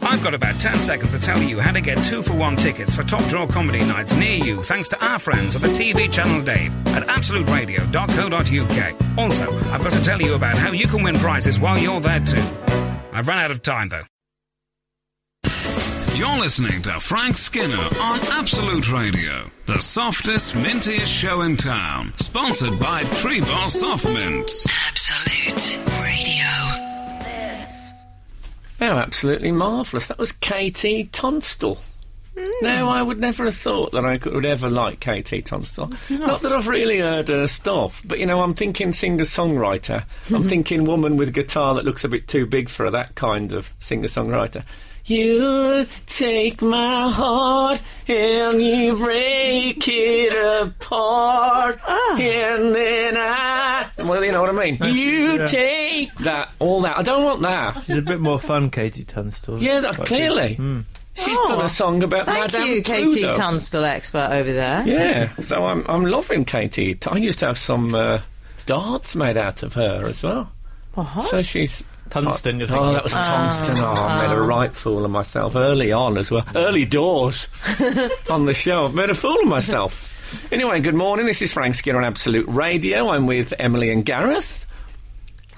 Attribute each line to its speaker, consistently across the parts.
Speaker 1: I've got about 10 seconds to tell you how to get two for one tickets for top draw comedy nights near you thanks to our friends at the TV channel Dave at absoluteradio.co.uk. Also, I've got to tell you about how you can win prizes while you're there too. I've run out of time though.
Speaker 2: You're listening to Frank Skinner on Absolute Radio, the softest, mintiest show in town. Sponsored by Tree Bar Soft Mints.
Speaker 3: Absolute Radio. This.
Speaker 4: Oh, absolutely marvellous. That was KT Tunstall. No, I would never have thought that I could, would ever like KT Tunstall. Not that I've really heard her stuff, but you know, I'm thinking singer songwriter. I'm thinking woman with guitar that looks a bit too big for her, that kind of singer songwriter. You take my heart and you break it apart, and then I. Well, you know what Ah. I mean. You
Speaker 5: Yeah.
Speaker 4: take that, all that. I don't want that.
Speaker 5: It's a bit more fun, Katie Tunstall.
Speaker 4: Yeah,
Speaker 5: Quite
Speaker 4: that,
Speaker 5: good.
Speaker 4: clearly. She's done a song about
Speaker 6: Thank
Speaker 4: Madame
Speaker 6: you, Katie
Speaker 4: Trudeau.
Speaker 6: Tunstall, expert over there.
Speaker 4: Yeah, so I'm I'm loving Katie. T- I used to have some uh, darts made out of her as well.
Speaker 6: Uh-huh.
Speaker 4: So she's
Speaker 5: Tungsten, you're
Speaker 4: Oh,
Speaker 5: thinking.
Speaker 4: that was tungsten. Oh, I made a right fool of myself early on as well. Early doors on the show. I've made a fool of myself. Anyway, good morning. This is Frank Skinner on Absolute Radio. I'm with Emily and Gareth.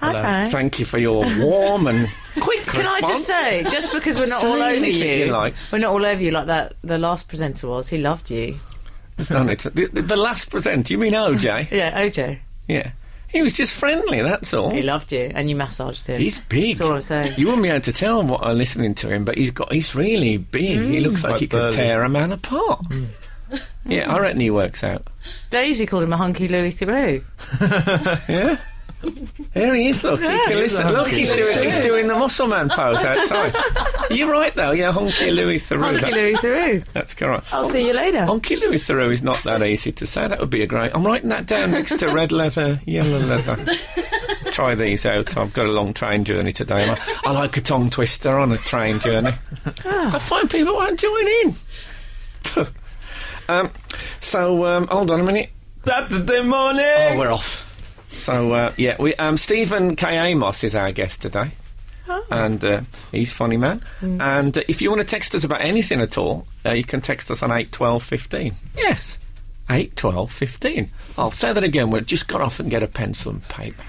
Speaker 6: Hi, Frank.
Speaker 4: Thank you for your warm and
Speaker 6: Quick, can I just
Speaker 4: response?
Speaker 6: say, just because we're not
Speaker 4: Say
Speaker 6: all over
Speaker 4: anything
Speaker 6: you,
Speaker 4: you like.
Speaker 6: we're not all over you like that. The last presenter was. He loved you.
Speaker 4: the, the- the last presenter. You mean OJ?
Speaker 6: Yeah, OJ.
Speaker 4: Yeah, he was just friendly. That's all.
Speaker 6: He loved you, and you massaged him.
Speaker 4: He's big.
Speaker 6: That's all I'm saying.
Speaker 4: You wouldn't be able to tell what I'm listening to him, but he's got he's really big.
Speaker 6: Mm.
Speaker 4: He looks like
Speaker 5: Quite
Speaker 4: he could
Speaker 5: burly. Mm.
Speaker 4: tear a man apart. yeah, I reckon he works out.
Speaker 6: Daisy called him a hunky Louis Theroux.
Speaker 4: Yeah. There he is. Look, he can
Speaker 5: He's
Speaker 4: listen.
Speaker 5: a
Speaker 4: Look,
Speaker 5: hunky
Speaker 4: he's doing he's doing the muscle man pose outside. You're right though. Yeah, honky Louis Theroux.
Speaker 6: Hunky
Speaker 4: That's,
Speaker 6: Louis Theroux.
Speaker 4: that's correct.
Speaker 6: I'll see you later.
Speaker 4: Honky Louis Theroux is not that easy to say. That would be a great. I'm writing that down next to red leather, yellow leather. Try these out. I've got a long train journey today. I, I like a tongue twister on a train journey. I find people won't join in. um, so um, hold on a minute.
Speaker 5: Saturday morning!
Speaker 4: Oh, we're off. So uh, yeah, we um, Stephen K Amos is our guest today, and uh, he's a funny man. And uh, if you want to text us about anything at all, uh, you can text us on eight twelve fifteen. Yes, eight twelve fifteen. I'll say that again. We'll just got off and get a pencil and paper.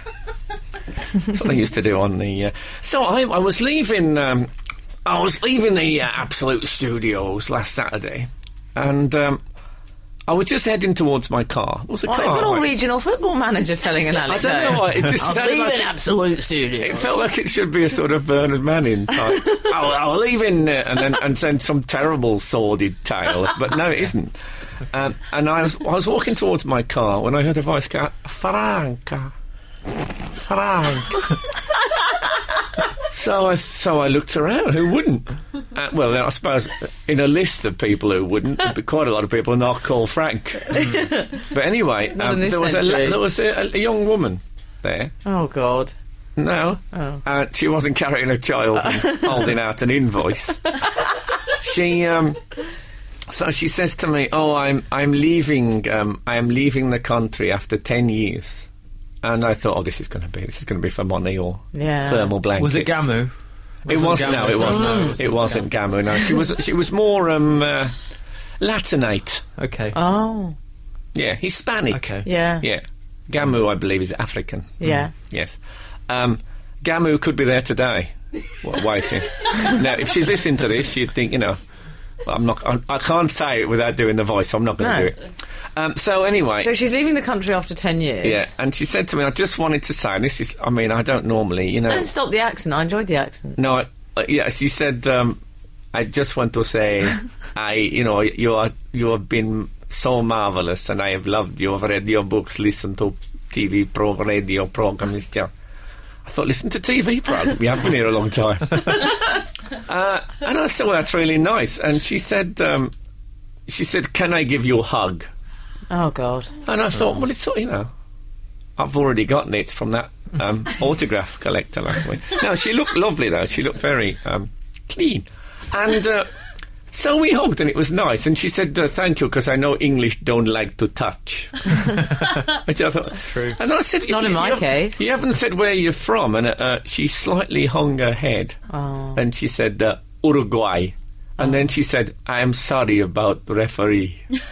Speaker 4: That's what I used to do on the. Uh, so I, I was leaving. Um, I was leaving the uh, Absolute Studios last Saturday, and. Um, I was just heading towards my car. There was a
Speaker 6: Well,
Speaker 4: car.
Speaker 6: I've Oh, got all
Speaker 4: waiting.
Speaker 6: regional football manager telling an
Speaker 4: I
Speaker 6: anecdote.
Speaker 4: don't know why. It just
Speaker 6: I'll
Speaker 4: sounded
Speaker 6: leave
Speaker 4: like
Speaker 6: an absolute studio.
Speaker 4: It felt like it should be a sort of Bernard Manning type. I'll, I'll leave in uh, and then and send some terrible sordid tale, but no, it isn't. Um, and I was, I was walking towards my car when I heard a voice go, Franca, Franca. so I so I looked around. Who wouldn't? Uh, well, I suppose in a list of people who wouldn't, there'd be quite a lot of people not called Frank. but anyway,
Speaker 6: Not in
Speaker 4: um,
Speaker 6: this
Speaker 4: there, was a,
Speaker 6: century.
Speaker 4: la- there was a, a young woman there.
Speaker 6: Oh God.
Speaker 4: No. Uh, she wasn't carrying a child and holding out an invoice. she um so she says to me, "Oh, I'm I'm leaving um I am leaving the country after 10 years." And I thought, "Oh, this is going to be this is going to be for money or
Speaker 6: Yeah.
Speaker 4: thermal blankets."
Speaker 5: Was it Gamu?
Speaker 4: It wasn't. No, it wasn't.
Speaker 5: No,
Speaker 4: it wasn't Gamu. No, she was she was more um uh, Latinate.
Speaker 5: Okay.
Speaker 6: Oh.
Speaker 4: Yeah, Hispanic.
Speaker 5: Okay.
Speaker 6: Yeah.
Speaker 4: Yeah. Gamu, I believe, is African.
Speaker 6: Yeah.
Speaker 4: Yes. Um, Gamu could be there today, w- waiting. now, if she's listening to this, she'd think, you know, I'm not. I'm, I can't say it without doing the voice. So I'm not going to do
Speaker 6: No.
Speaker 4: it. Um, so anyway,
Speaker 6: So she's leaving the country after ten years.
Speaker 4: yeah. And she said to me, I just wanted to say, and this is. I mean, I don't normally, you know.
Speaker 6: Don't stop the accent. I enjoyed the accent.
Speaker 4: No, I, uh, yeah. She said, um, I just want to say, I, you know, you are you have been so marvelous, and I have loved you. I've read your books, listened to TV pro radio program. It's just- I thought, listen to TV program. We have been here a long time. uh, and I said, well, that's really nice. And she said, um, she said, can I give you a hug?
Speaker 6: Oh God.
Speaker 4: And I thought, well, it's sort you know, I've already gotten it from that um, autograph collector last week. No, she looked lovely though. She looked very um, clean, and uh, so we hugged, and it was nice. And she said, uh, "Thank you," because I know English don't like to touch. Which I thought true. And I said,
Speaker 6: Not in
Speaker 4: "You-
Speaker 6: my
Speaker 4: you haven't-
Speaker 6: case."
Speaker 4: You haven't said where you're from, and uh, uh, she slightly hung her head,
Speaker 6: Oh.
Speaker 4: and she said, uh, Uruguay. And then she said, I am sorry about the referee. it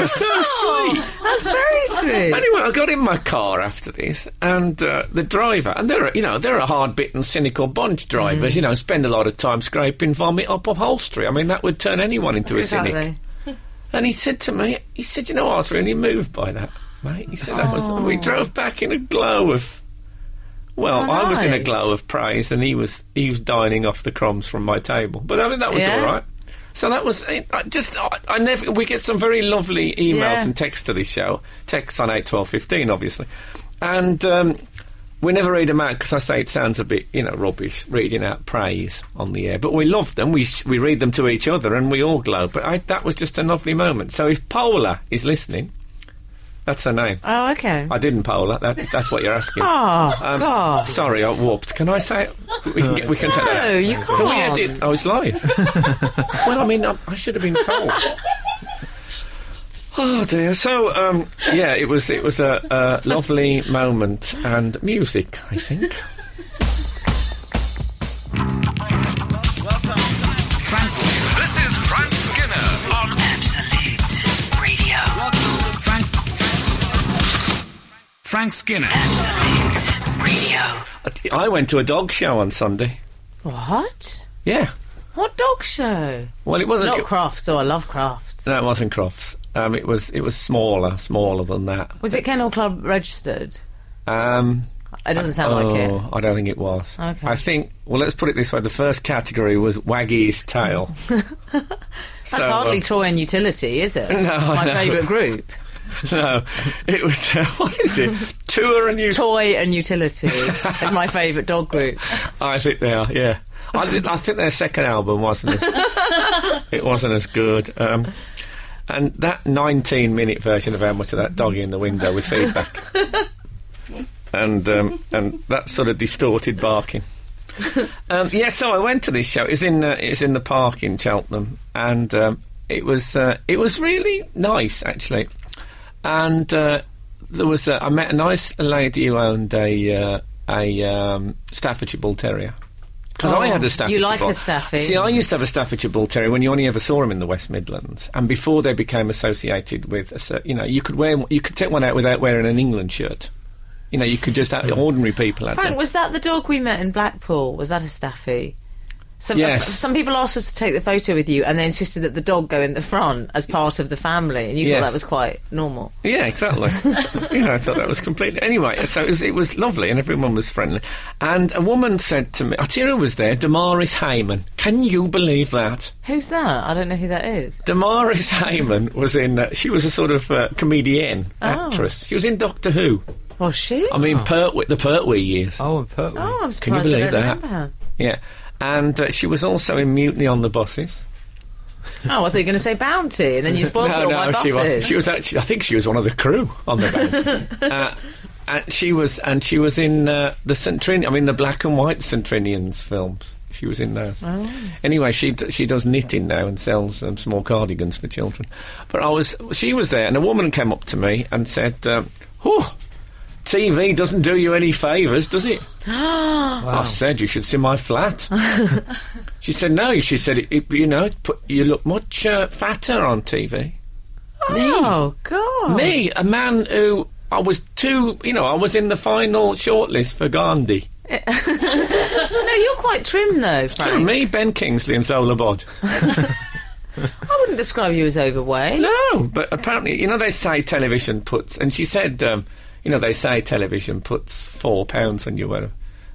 Speaker 4: was so sweet.
Speaker 6: That's very sweet.
Speaker 4: Anyway, I got in my car after this, and uh, the driver, and they're a- you know they're a hard-bitten, cynical bunch. Drivers, you
Speaker 6: Mm.
Speaker 4: know, spend a lot of time scraping vomit up upholstery. I mean, that would turn anyone into a cynic.
Speaker 6: Exactly.
Speaker 4: And he said to me, he said, you know, I was really moved by that, mate. He said that was.
Speaker 6: Oh.
Speaker 4: and We drove back in a glow of. Well,
Speaker 6: How
Speaker 4: I was in a
Speaker 6: nice.
Speaker 4: glow of praise, and he was he was dining off the crumbs from my table. But I mean, that was
Speaker 6: Yeah.
Speaker 4: all right. So that was I I just I, I never we get some very lovely emails
Speaker 6: Yeah.
Speaker 4: and texts to this show. Texts on eight twelve fifteen, obviously, and um, we never read them out because I say it sounds a bit you know rubbish reading out praise on the air. But we love them. We sh- we read them to each other and we all glow. But I, that was just a lovely moment. So if Paula is listening, that's her name.
Speaker 6: Oh, okay.
Speaker 4: I didn't Paula. That, that's what you're asking.
Speaker 6: Oh,
Speaker 4: Um,
Speaker 6: God.
Speaker 4: Sorry, I warped. Can I say it? We can, get, we can take that.
Speaker 6: No,
Speaker 4: out.
Speaker 6: you
Speaker 4: uh, Can we
Speaker 6: can't.
Speaker 4: edit? I was Oh, live. well, I mean, I, I should have been told. Oh dear. So, um, yeah, it was it was a, a lovely moment and music. I think.
Speaker 2: Frank Skinner. This is Frank Skinner on
Speaker 3: Absolute Radio.
Speaker 2: Frank. Frank Skinner.
Speaker 3: Absolute Radio.
Speaker 4: I went to a dog show on Sunday.
Speaker 6: What?
Speaker 4: Yeah.
Speaker 6: What dog show?
Speaker 4: Well, it wasn't.
Speaker 6: Not
Speaker 4: it-
Speaker 6: Crofts. Oh, I love Crofts.
Speaker 4: no, it wasn't Crofts. Um, it was it was smaller, smaller than that.
Speaker 6: Was it Kennel Club registered?
Speaker 4: Um,
Speaker 6: It doesn't sound like
Speaker 4: oh,
Speaker 6: it.
Speaker 4: I don't think it was.
Speaker 6: Okay.
Speaker 4: I think. Well, let's put it this way: the first category was Waggy's tail. so, um, uh,
Speaker 6: That's hardly toy and utility, is it?
Speaker 4: No, I
Speaker 6: My
Speaker 4: know.
Speaker 6: favourite group.
Speaker 4: uh, no, it was. Uh, what is it? Tour and you.
Speaker 6: Toy and utility is my favourite dog group.
Speaker 4: I think they are. Yeah, I, did, I think their second album wasn't. As, it wasn't as good. Um, and that 19-minute version of "How Much of That Doggy in the Window" with feedback, and um, and that sort of distorted barking. Um, yeah, so I went to this show. It's in uh, it's in the park in Cheltenham, and um, it was uh, it was really nice actually. And uh, there was a, I met a nice lady who owned a uh, a um, Staffordshire Bull Terrier. Because I
Speaker 6: Oh,
Speaker 4: had a
Speaker 6: you
Speaker 4: Staffordshire
Speaker 6: like
Speaker 4: Bull.
Speaker 6: a Staffy.
Speaker 4: See, I used to have a Staffordshire Bull Terrier when you only ever saw them in the West Midlands, and before they became associated with, a, cer- you know, you could wear you could take one out without wearing an England shirt. You know, you could just have ordinary people. had them.
Speaker 6: Frank, was that the dog we met in Blackpool? Was that a staffy? Some, uh,
Speaker 4: Yes.
Speaker 6: some people asked us to take the photo with you and they insisted that the dog go in the front as part of the family, and you
Speaker 4: Yes.
Speaker 6: thought that was quite normal.
Speaker 4: Yeah, exactly. you know, I thought that was completely. Anyway, so it was, it was lovely and everyone was friendly. And a woman said to me, Atira was there, Damaris Heyman. Can you believe that?
Speaker 6: Who's that? I don't know who that is.
Speaker 4: Damaris Heyman was in, uh, she was a sort of uh, comedienne,
Speaker 6: Oh.
Speaker 4: actress. She was in Doctor Who.
Speaker 6: Was she?
Speaker 4: I mean, Pertwee, the Pertwee years.
Speaker 5: Oh, and Pertwee.
Speaker 6: oh, I'm surprised
Speaker 4: Can you believe
Speaker 6: I don't
Speaker 4: that?
Speaker 6: remember her.
Speaker 4: Yeah. And uh, she was also in Mutiny on the Buses.
Speaker 6: Oh, I thought you were going to say Bounty, and then you spoiled all my
Speaker 4: she
Speaker 6: bosses.
Speaker 4: was. She was actually. I think she was one of the crew on the boat. uh, and she was. And she was in uh, the Centurion. I mean, the black and white Centurions films. She was in those. Anyway, she d- she does knitting now and sells um, small cardigans for children. But I was. She was there, and a woman came up to me and said, um, "Whew, TV doesn't do you any favours, does it?" I said, "You should see my flat." she said, "No." She said, it, it- "You know, put, you look much uh, fatter on TV."
Speaker 6: oh, God.
Speaker 4: Me, a man who I was too, you know, I was in the final shortlist for Gandhi.
Speaker 6: No, you're quite trim, though, Frank.
Speaker 4: So me, Ben Kingsley, and Zola Bod.
Speaker 6: I wouldn't describe you as overweight.
Speaker 4: No, but apparently, you know, they say television puts, and she said, um, you know, they say television puts four pounds on you, whatever.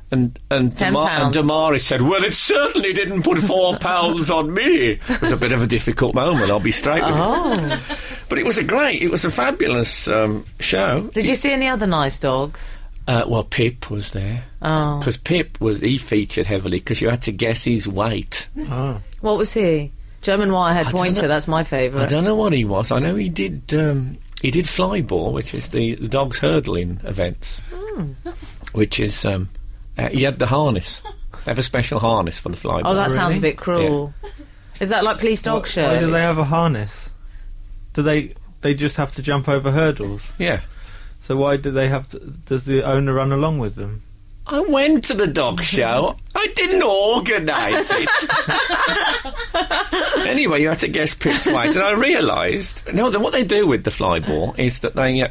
Speaker 4: And and,
Speaker 6: Ten
Speaker 4: Damar- and
Speaker 6: pounds.
Speaker 4: Damaris said, "Well, it certainly didn't put four pounds on me." It was a bit of a difficult moment. I'll be straight with
Speaker 6: Oh.
Speaker 4: you, but it was a great, it was a fabulous um, show.
Speaker 6: Did you see any other nice dogs?
Speaker 4: Uh, well, Pip was there.
Speaker 6: Oh.
Speaker 4: Because Pip was he featured heavily because you had to guess his weight.
Speaker 6: What was he? German Wirehead
Speaker 4: I don't know.
Speaker 6: Pointer, that's my
Speaker 4: I
Speaker 6: favourite.
Speaker 4: don't know what he was. I know he did um, he did fly ball, which is the, the dogs hurdling events,
Speaker 6: Hmm.
Speaker 4: which is um, uh, he had the harness. They have a special harness for the fly
Speaker 6: Oh,
Speaker 4: ball.
Speaker 6: that sounds a
Speaker 5: Really?
Speaker 6: bit cruel. Is that like police dog show?
Speaker 5: Why do they have a harness? Do they they just have to jump over hurdles?
Speaker 4: yeah.
Speaker 5: So why do they have to? Does the owner run along with them?
Speaker 4: I went to the
Speaker 6: Mm-hmm.
Speaker 4: dog show. I didn't organise it. anyway, you had to guess Pip's weight, and I realised no. Then what they do with the fly ball is that they. Uh,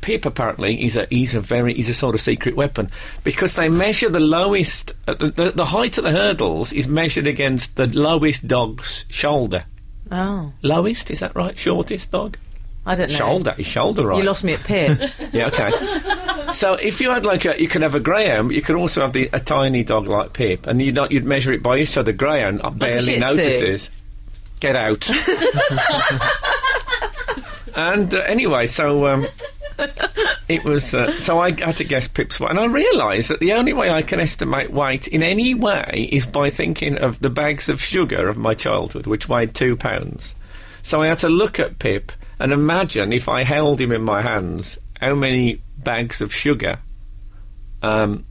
Speaker 4: Pip apparently is a he's a very he's a sort of secret weapon because they measure the lowest uh, the, the, the height of the hurdles is measured against the lowest dog's shoulder.
Speaker 6: Oh,
Speaker 4: Lowest is that right? Shortest dog
Speaker 6: I don't know.
Speaker 4: shoulder is shoulder right.
Speaker 6: You lost me at pit.
Speaker 4: Yeah, okay. so if you had like a, you could have a greyhound, but you could also have the, a tiny dog like Pip, and you'd not, you'd measure it by ear, so the greyhound barely
Speaker 6: Shih Tzu.
Speaker 4: notices. Get out. and uh, anyway, so um, it was. Uh, so I had to guess Pip's weight, and I realised that the only way I can estimate weight in any way is by thinking of the bags of sugar of my childhood, which weighed two pounds. So I had to look at Pip and imagine if I held him in my hands, how many bags of sugar um,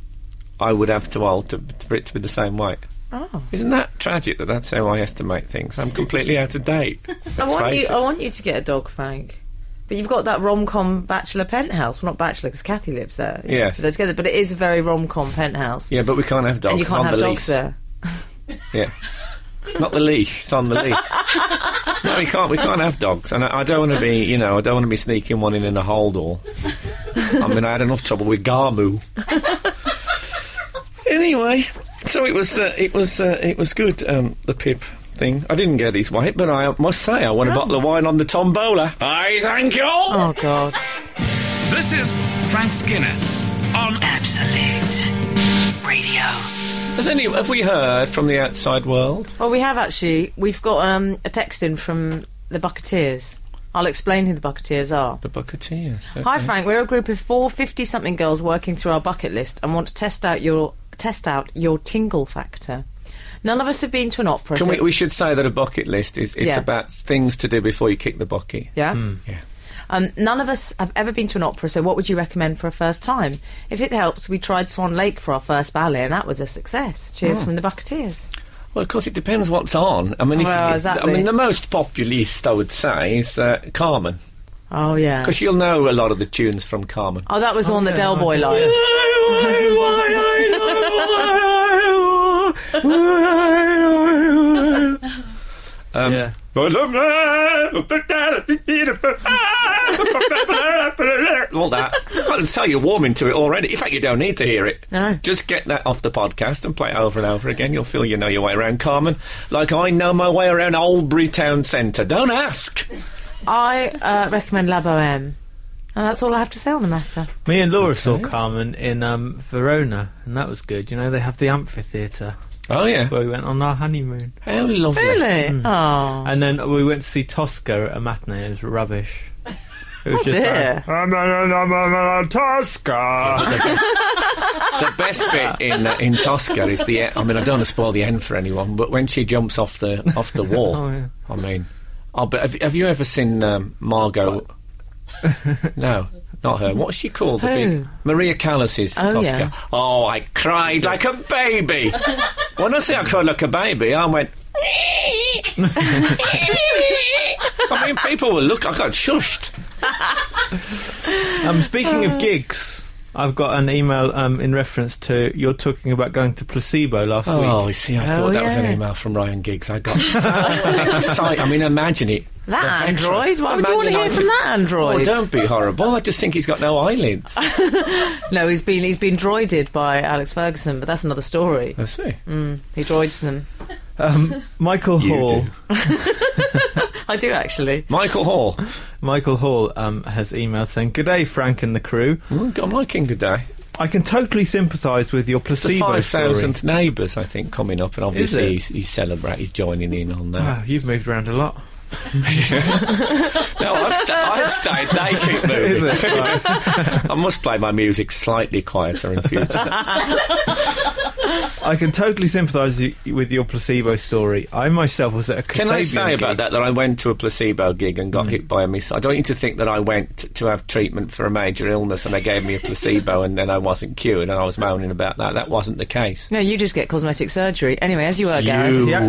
Speaker 4: I would have to hold to, for it to be the same weight.
Speaker 6: Oh.
Speaker 4: Isn't that tragic that that's how I estimate things? I'm completely out of date.
Speaker 6: I
Speaker 4: Let's
Speaker 6: want
Speaker 4: face
Speaker 6: you.
Speaker 4: it.
Speaker 6: I want you to get a dog, Frank. But you've got that rom com bachelor penthouse. Well, not bachelor because Kathy lives there.
Speaker 4: Yes.
Speaker 6: they're together. But it is a very rom com penthouse,
Speaker 4: Yeah, but we can't have dogs.
Speaker 6: and you
Speaker 4: It's
Speaker 6: can't
Speaker 4: on
Speaker 6: have
Speaker 4: the
Speaker 6: dogs
Speaker 4: lease.
Speaker 6: there.
Speaker 4: Yeah. Not the leash. It's on the leash. no, we can't. We can't have dogs, and I, I don't want to be. You know, I don't want to be sneaking one in in a hold or. I mean, I had enough trouble with Garmu. anyway, so it was. Uh, it was. Uh, it was good. Um, the Pip thing. I didn't get his weight, but I must say, I won a bottle of wine on the tombola. I thank you.
Speaker 6: Oh God.
Speaker 2: This is Frank Skinner on
Speaker 3: Absolute Radio.
Speaker 4: Has any? Have we heard from the outside world?
Speaker 6: Well, we have actually. We've got um, a text in from the Bucketeers. I'll explain who the Bucketeers are.
Speaker 4: The Bucketeers.
Speaker 6: Hi, Frank. We're a group of four 50 something girls working through our bucket list and want to test out your test out your tingle factor. None of us have been to an opera.
Speaker 4: Can
Speaker 6: so-
Speaker 4: we, we should say that a bucket list is it's
Speaker 6: Yeah.
Speaker 4: about things to do before you kick the bucket.
Speaker 6: yeah?
Speaker 4: Yeah.
Speaker 6: Um, none of us have ever been to an opera, so what would you recommend for a first time? If it helps, we tried Swan Lake for our first ballet, and that was a success. Cheers from the Bucketeers.
Speaker 4: Well, of course, it depends what's on. I mean, if
Speaker 6: Well,
Speaker 4: you,
Speaker 6: exactly.
Speaker 4: I mean, the most populist I would say is uh, Carmen,
Speaker 6: Oh, yeah.
Speaker 4: because you'll know a lot of the tunes from Carmen.
Speaker 6: Oh, that was the one the Del Boy line.
Speaker 4: Um,
Speaker 5: Yeah.
Speaker 4: All that. I can tell you're warming to it already. In fact, you don't need to hear it.
Speaker 6: No.
Speaker 4: Just get that off the podcast and play it over and over again. You'll feel you know your way around Carmen. Like I know my way around Albury Town Centre. Don't ask.
Speaker 6: I uh, recommend La Boheme. And that's all I have to say on the matter.
Speaker 5: Me and Laura saw Carmen in um, Verona, and that was good. You know, they have the amphitheatre
Speaker 4: Oh, yeah.
Speaker 5: where we went on our honeymoon.
Speaker 4: How lovely.
Speaker 6: Really? Oh.
Speaker 5: And then we went to see Tosca at a matinee. It was rubbish. It was just
Speaker 6: Dear.
Speaker 5: bad. Tosca.
Speaker 4: The best bit in uh, in Tosca is the. e, I mean, I don't want to spoil the end for anyone, but when she jumps off the off the wall,
Speaker 5: Oh, yeah.
Speaker 4: I mean, oh, but have, have you ever seen um, Margot? no, not her. What's she called? The big
Speaker 6: Who?
Speaker 4: Maria Callas's
Speaker 6: Oh,
Speaker 4: Tosca.
Speaker 6: yeah.
Speaker 4: Oh, I cried like a baby. when I say I cried like a baby, I went. I mean, people were look. I got shushed.
Speaker 5: um, speaking of gigs, I've got an email um, in reference to you're talking about going to Placebo last
Speaker 4: Oh,
Speaker 5: week.
Speaker 4: you see, I
Speaker 6: Oh,
Speaker 4: thought that was an
Speaker 6: yeah.
Speaker 4: email from Ryan Giggs. I got so excited. I mean, imagine it. The
Speaker 6: That
Speaker 4: veteran.
Speaker 6: android? Why
Speaker 4: The Man
Speaker 6: would you want to hear
Speaker 4: United-
Speaker 6: from that android?
Speaker 4: Oh, don't be horrible. I just think he's got no eyelids.
Speaker 6: No, he's been he's been droided by Alex Ferguson, but that's another story.
Speaker 4: I see.
Speaker 6: He droids them.
Speaker 5: Um, Michael
Speaker 4: You
Speaker 5: Hall.
Speaker 4: do.
Speaker 6: I do actually.
Speaker 4: Michael Hall.
Speaker 5: Michael Hall um, has emailed saying, "Good day, Frank and the crew.
Speaker 4: Oh, God, I'm liking today.
Speaker 5: I can totally sympathise with your
Speaker 4: It's the
Speaker 5: placebo
Speaker 4: 5,000th
Speaker 5: story.
Speaker 4: neighbours, I think, coming up, and
Speaker 5: it?
Speaker 4: obviously he's, he's celebrating, he's joining in on that.
Speaker 5: Wow, Ah, you've moved around a lot.
Speaker 4: no, I've, sta I've stayed. They keep
Speaker 5: Is
Speaker 4: moving.
Speaker 5: it? Right.
Speaker 4: I must play my music slightly quieter in future.
Speaker 5: I can totally sympathise y- with your placebo story. I myself was at a
Speaker 4: Can I
Speaker 5: Kasabian
Speaker 4: say
Speaker 5: gig. Hmm.
Speaker 4: about that that I went to a placebo gig and got hit by a missile? I don't need to think that I went t- to have treatment for a major illness and they gave me a placebo and then I wasn't cured and I was moaning about that. That wasn't the case.
Speaker 6: No, you just get cosmetic surgery. Anyway, as you were, Gareth.
Speaker 5: Yeah.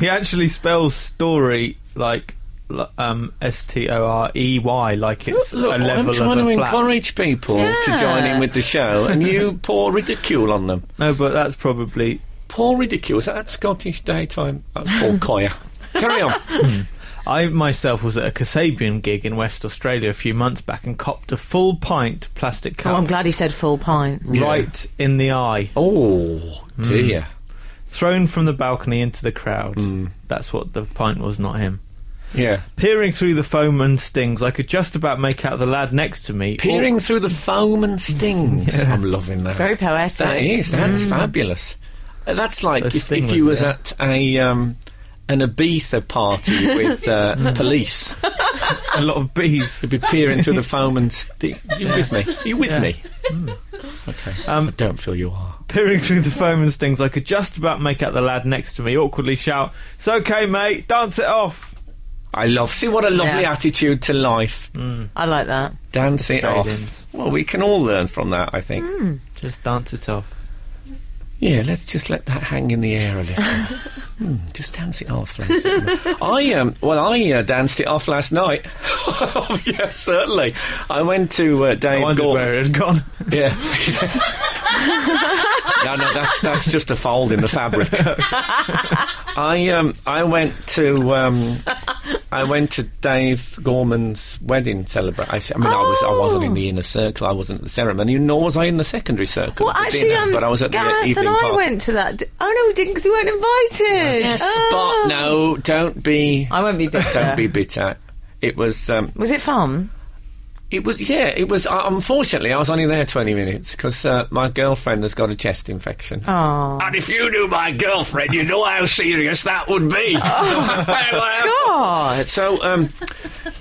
Speaker 5: he actually spells story like l- um, S T O R E Y like it's
Speaker 4: Look,
Speaker 5: a level
Speaker 4: I'm trying
Speaker 5: of
Speaker 4: to
Speaker 5: a flat.
Speaker 4: encourage people to join
Speaker 6: Yeah.
Speaker 4: in with the show, and you pour ridicule on them.
Speaker 5: No, but that's probably
Speaker 4: Pour ridicule. Is that that Scottish daytime? That's Paul Coyer. Carry on.
Speaker 5: I myself was at a Kasabian gig in West Australia a few months back and copped a full pint plastic cup
Speaker 6: Oh, I'm glad he said full pint.
Speaker 5: right in the eye,
Speaker 4: Oh dear.
Speaker 5: Hmm. thrown from the balcony into the crowd. That's what the pint was, not him.
Speaker 4: Yeah.
Speaker 5: Peering through the foam and stings, I could just about make out the lad next to me.
Speaker 4: Peering through the foam and stings. I'm loving that.
Speaker 6: Very poetic.
Speaker 4: That is. That's fabulous. Uh, That's like
Speaker 5: Those
Speaker 4: if, if
Speaker 5: stingers,
Speaker 4: you was
Speaker 5: yeah.
Speaker 4: at a um, an Ibiza party with uh, police.
Speaker 5: a lot of bees.
Speaker 4: You'd be peering through the foam and sti You with me? You with
Speaker 5: Yeah.
Speaker 4: me? Okay. I don't feel you are.
Speaker 5: Peering through the foam and stings, I could just about make out the lad next to me awkwardly shout, It's okay, mate, dance it off.
Speaker 4: I love. See what a lovely
Speaker 6: Yeah.
Speaker 4: attitude to life.
Speaker 6: I like that.
Speaker 4: Dance it
Speaker 5: Australians.
Speaker 4: off. Well, we can all learn from that, I think.
Speaker 5: Just dance it off.
Speaker 4: Yeah, let's just let that hang in the air a little. hmm, just dance it off. ladies and gentlemen. I um, well, I uh, danced it off last night. yes, certainly. I went to uh,
Speaker 5: I
Speaker 4: Dave
Speaker 5: wondered
Speaker 4: Gordon.
Speaker 5: where it had gone.
Speaker 4: Yeah. no, no, that's that's just a fold in the fabric. I um I went to um I went to Dave Gorman's wedding celebration. I mean, I was I wasn't
Speaker 6: Oh.
Speaker 4: in the inner circle. I wasn't at the ceremony, nor was I in the secondary circle.
Speaker 6: Well,
Speaker 4: at the
Speaker 6: actually,
Speaker 4: dinner,
Speaker 6: um,
Speaker 4: but I was at
Speaker 6: Gareth
Speaker 4: the evening
Speaker 6: and I
Speaker 4: party.
Speaker 6: went to that. di- Oh no, we didn't because we weren't invited.
Speaker 4: Yes,
Speaker 6: Ah.
Speaker 4: but no, don't be
Speaker 6: I won't be bitter.
Speaker 4: don't be bitter. It was um
Speaker 6: Was it fun?
Speaker 4: It was, yeah, it was. Uh, unfortunately, I was only there 20 minutes because uh, my girlfriend has got a chest infection.
Speaker 6: Oh.
Speaker 4: And if you knew my girlfriend, you know how serious that would be.
Speaker 6: Oh, God.
Speaker 4: So, um,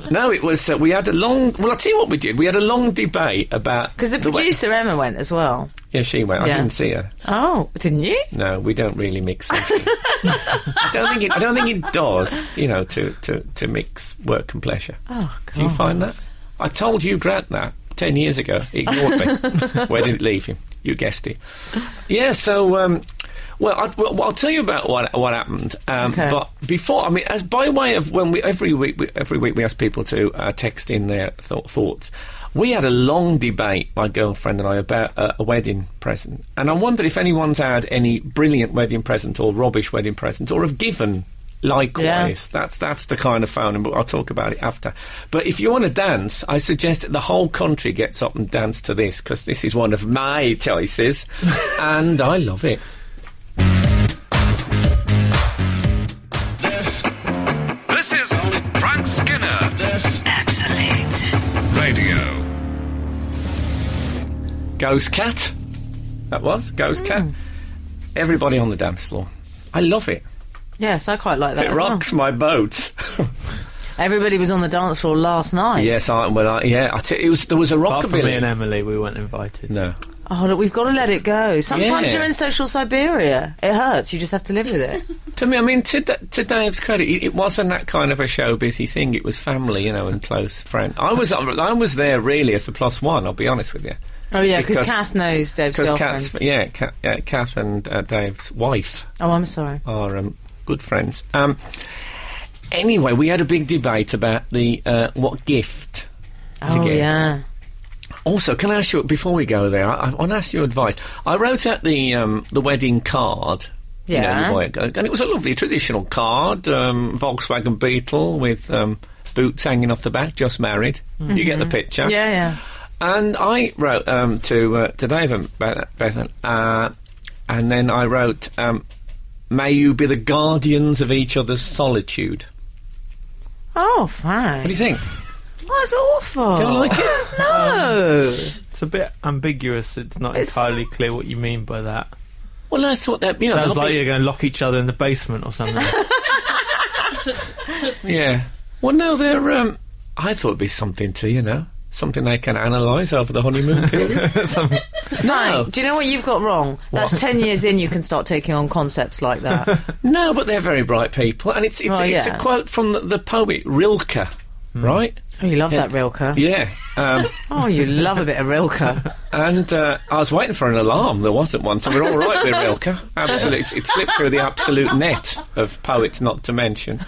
Speaker 4: no, it was. Uh, we had a long. Well, I'll tell you what we did. We had a long debate about.
Speaker 6: Because the
Speaker 4: way-
Speaker 6: producer Emma went as well.
Speaker 4: yeah, she went. I
Speaker 6: Yeah.
Speaker 4: didn't see her.
Speaker 6: Oh, didn't you?
Speaker 4: No, we don't really mix. these things. I don't think it. I don't think it does. You know, to to to mix work and pleasure.
Speaker 6: Oh God.
Speaker 4: Do you find that? I told you, Grant, that 10 years ago. He ignored me. Where did it leave him? You guessed it. Yeah, so, um, well, I, well, I'll tell you about what what happened. Um,
Speaker 6: Okay.
Speaker 4: But before, I mean, as by way of when we every week we, every week we ask people to uh, text in their th- thoughts. We had a long debate, my girlfriend and I, about uh, a wedding present, and I wonder if anyone's had any brilliant wedding present or rubbish wedding present, or have given likewise. That's that's the kind of phone, and I'll talk about it after. But if you want to dance, I suggest that the whole country gets up and dance to this because this is one of my choices, and I love it.
Speaker 2: This is Frank Skinner
Speaker 3: Absolute
Speaker 2: Radio.
Speaker 4: Goes cat. That was goes cat.
Speaker 5: Hmm.
Speaker 4: Everybody on the dance floor. I love it.
Speaker 6: Yes, I quite like that.
Speaker 4: It
Speaker 6: as well.
Speaker 4: rocks my boat.
Speaker 6: Everybody was on the dance floor last night.
Speaker 4: yes, I well, I, yeah. I t- it was there was a
Speaker 5: Apart from me and
Speaker 4: rockabilly.
Speaker 5: Emily, we weren't invited.
Speaker 4: No,
Speaker 6: Oh look, we've got to let it go. Sometimes
Speaker 4: Yeah.
Speaker 6: you're in social Siberia. It hurts. You just have to live with it.
Speaker 4: to me, I mean, to, Da- to Dave's credit, it, it wasn't that kind of a show busy thing. It was family, you know, and close friend. I was I was there really as a plus one. I'll be honest with you.
Speaker 6: Oh yeah, because
Speaker 4: Because-
Speaker 6: Kath knows Dave's
Speaker 4: Because
Speaker 6: girlfriend.
Speaker 4: Kat's, yeah, Kat, yeah, Kath and uh, Dave's wife
Speaker 6: Oh, I'm sorry.
Speaker 4: are um, good friends. Um, anyway, we had a big debate about the uh, what gift.
Speaker 6: Oh
Speaker 4: get-
Speaker 6: yeah.
Speaker 4: Also, can I ask you before we go there? I, I want to ask you advice. I wrote out the um, the wedding card. You know,
Speaker 6: Yeah.
Speaker 4: you buy it, and it was a lovely traditional card, um, Volkswagen Beetle with um, boots hanging off the back, just married. You get the picture.
Speaker 6: Yeah, yeah.
Speaker 4: And I wrote um, to uh, to Dave and Beth, Beth, uh, and then I wrote, um, "May you be the guardians of each other's solitude."
Speaker 6: Oh,
Speaker 4: What do you
Speaker 6: fine. Oh,
Speaker 4: think?
Speaker 6: That's awful.
Speaker 4: Don't like it?
Speaker 6: No.
Speaker 5: It's a bit ambiguous. It's not
Speaker 6: It's-
Speaker 5: entirely clear what you mean by that.
Speaker 4: Well, I thought that you know,
Speaker 5: Sounds
Speaker 4: that'll
Speaker 5: like
Speaker 4: be-
Speaker 5: you're going to lock each other in the basement or something.
Speaker 4: yeah. Well, no, they're. Um, I thought it'd be something to you know, something they can analyse over the honeymoon period.
Speaker 5: Something-
Speaker 6: No. Do you know what you've got wrong? That's 10 years in, you can start taking on concepts like that.
Speaker 4: no, but they're very bright people, and it's it's,
Speaker 6: Well,
Speaker 4: it's
Speaker 6: yeah.
Speaker 4: a quote from the, the poet Rilke, right?
Speaker 6: Oh, you love
Speaker 4: Yeah.
Speaker 6: that Rilke.
Speaker 4: Yeah. Um,
Speaker 6: Oh, you love a bit of Rilke.
Speaker 4: And uh, I was waiting for an alarm. There wasn't one, so we're all right with Rilke. Absolutely, it slipped through the absolute net of poets not to mention.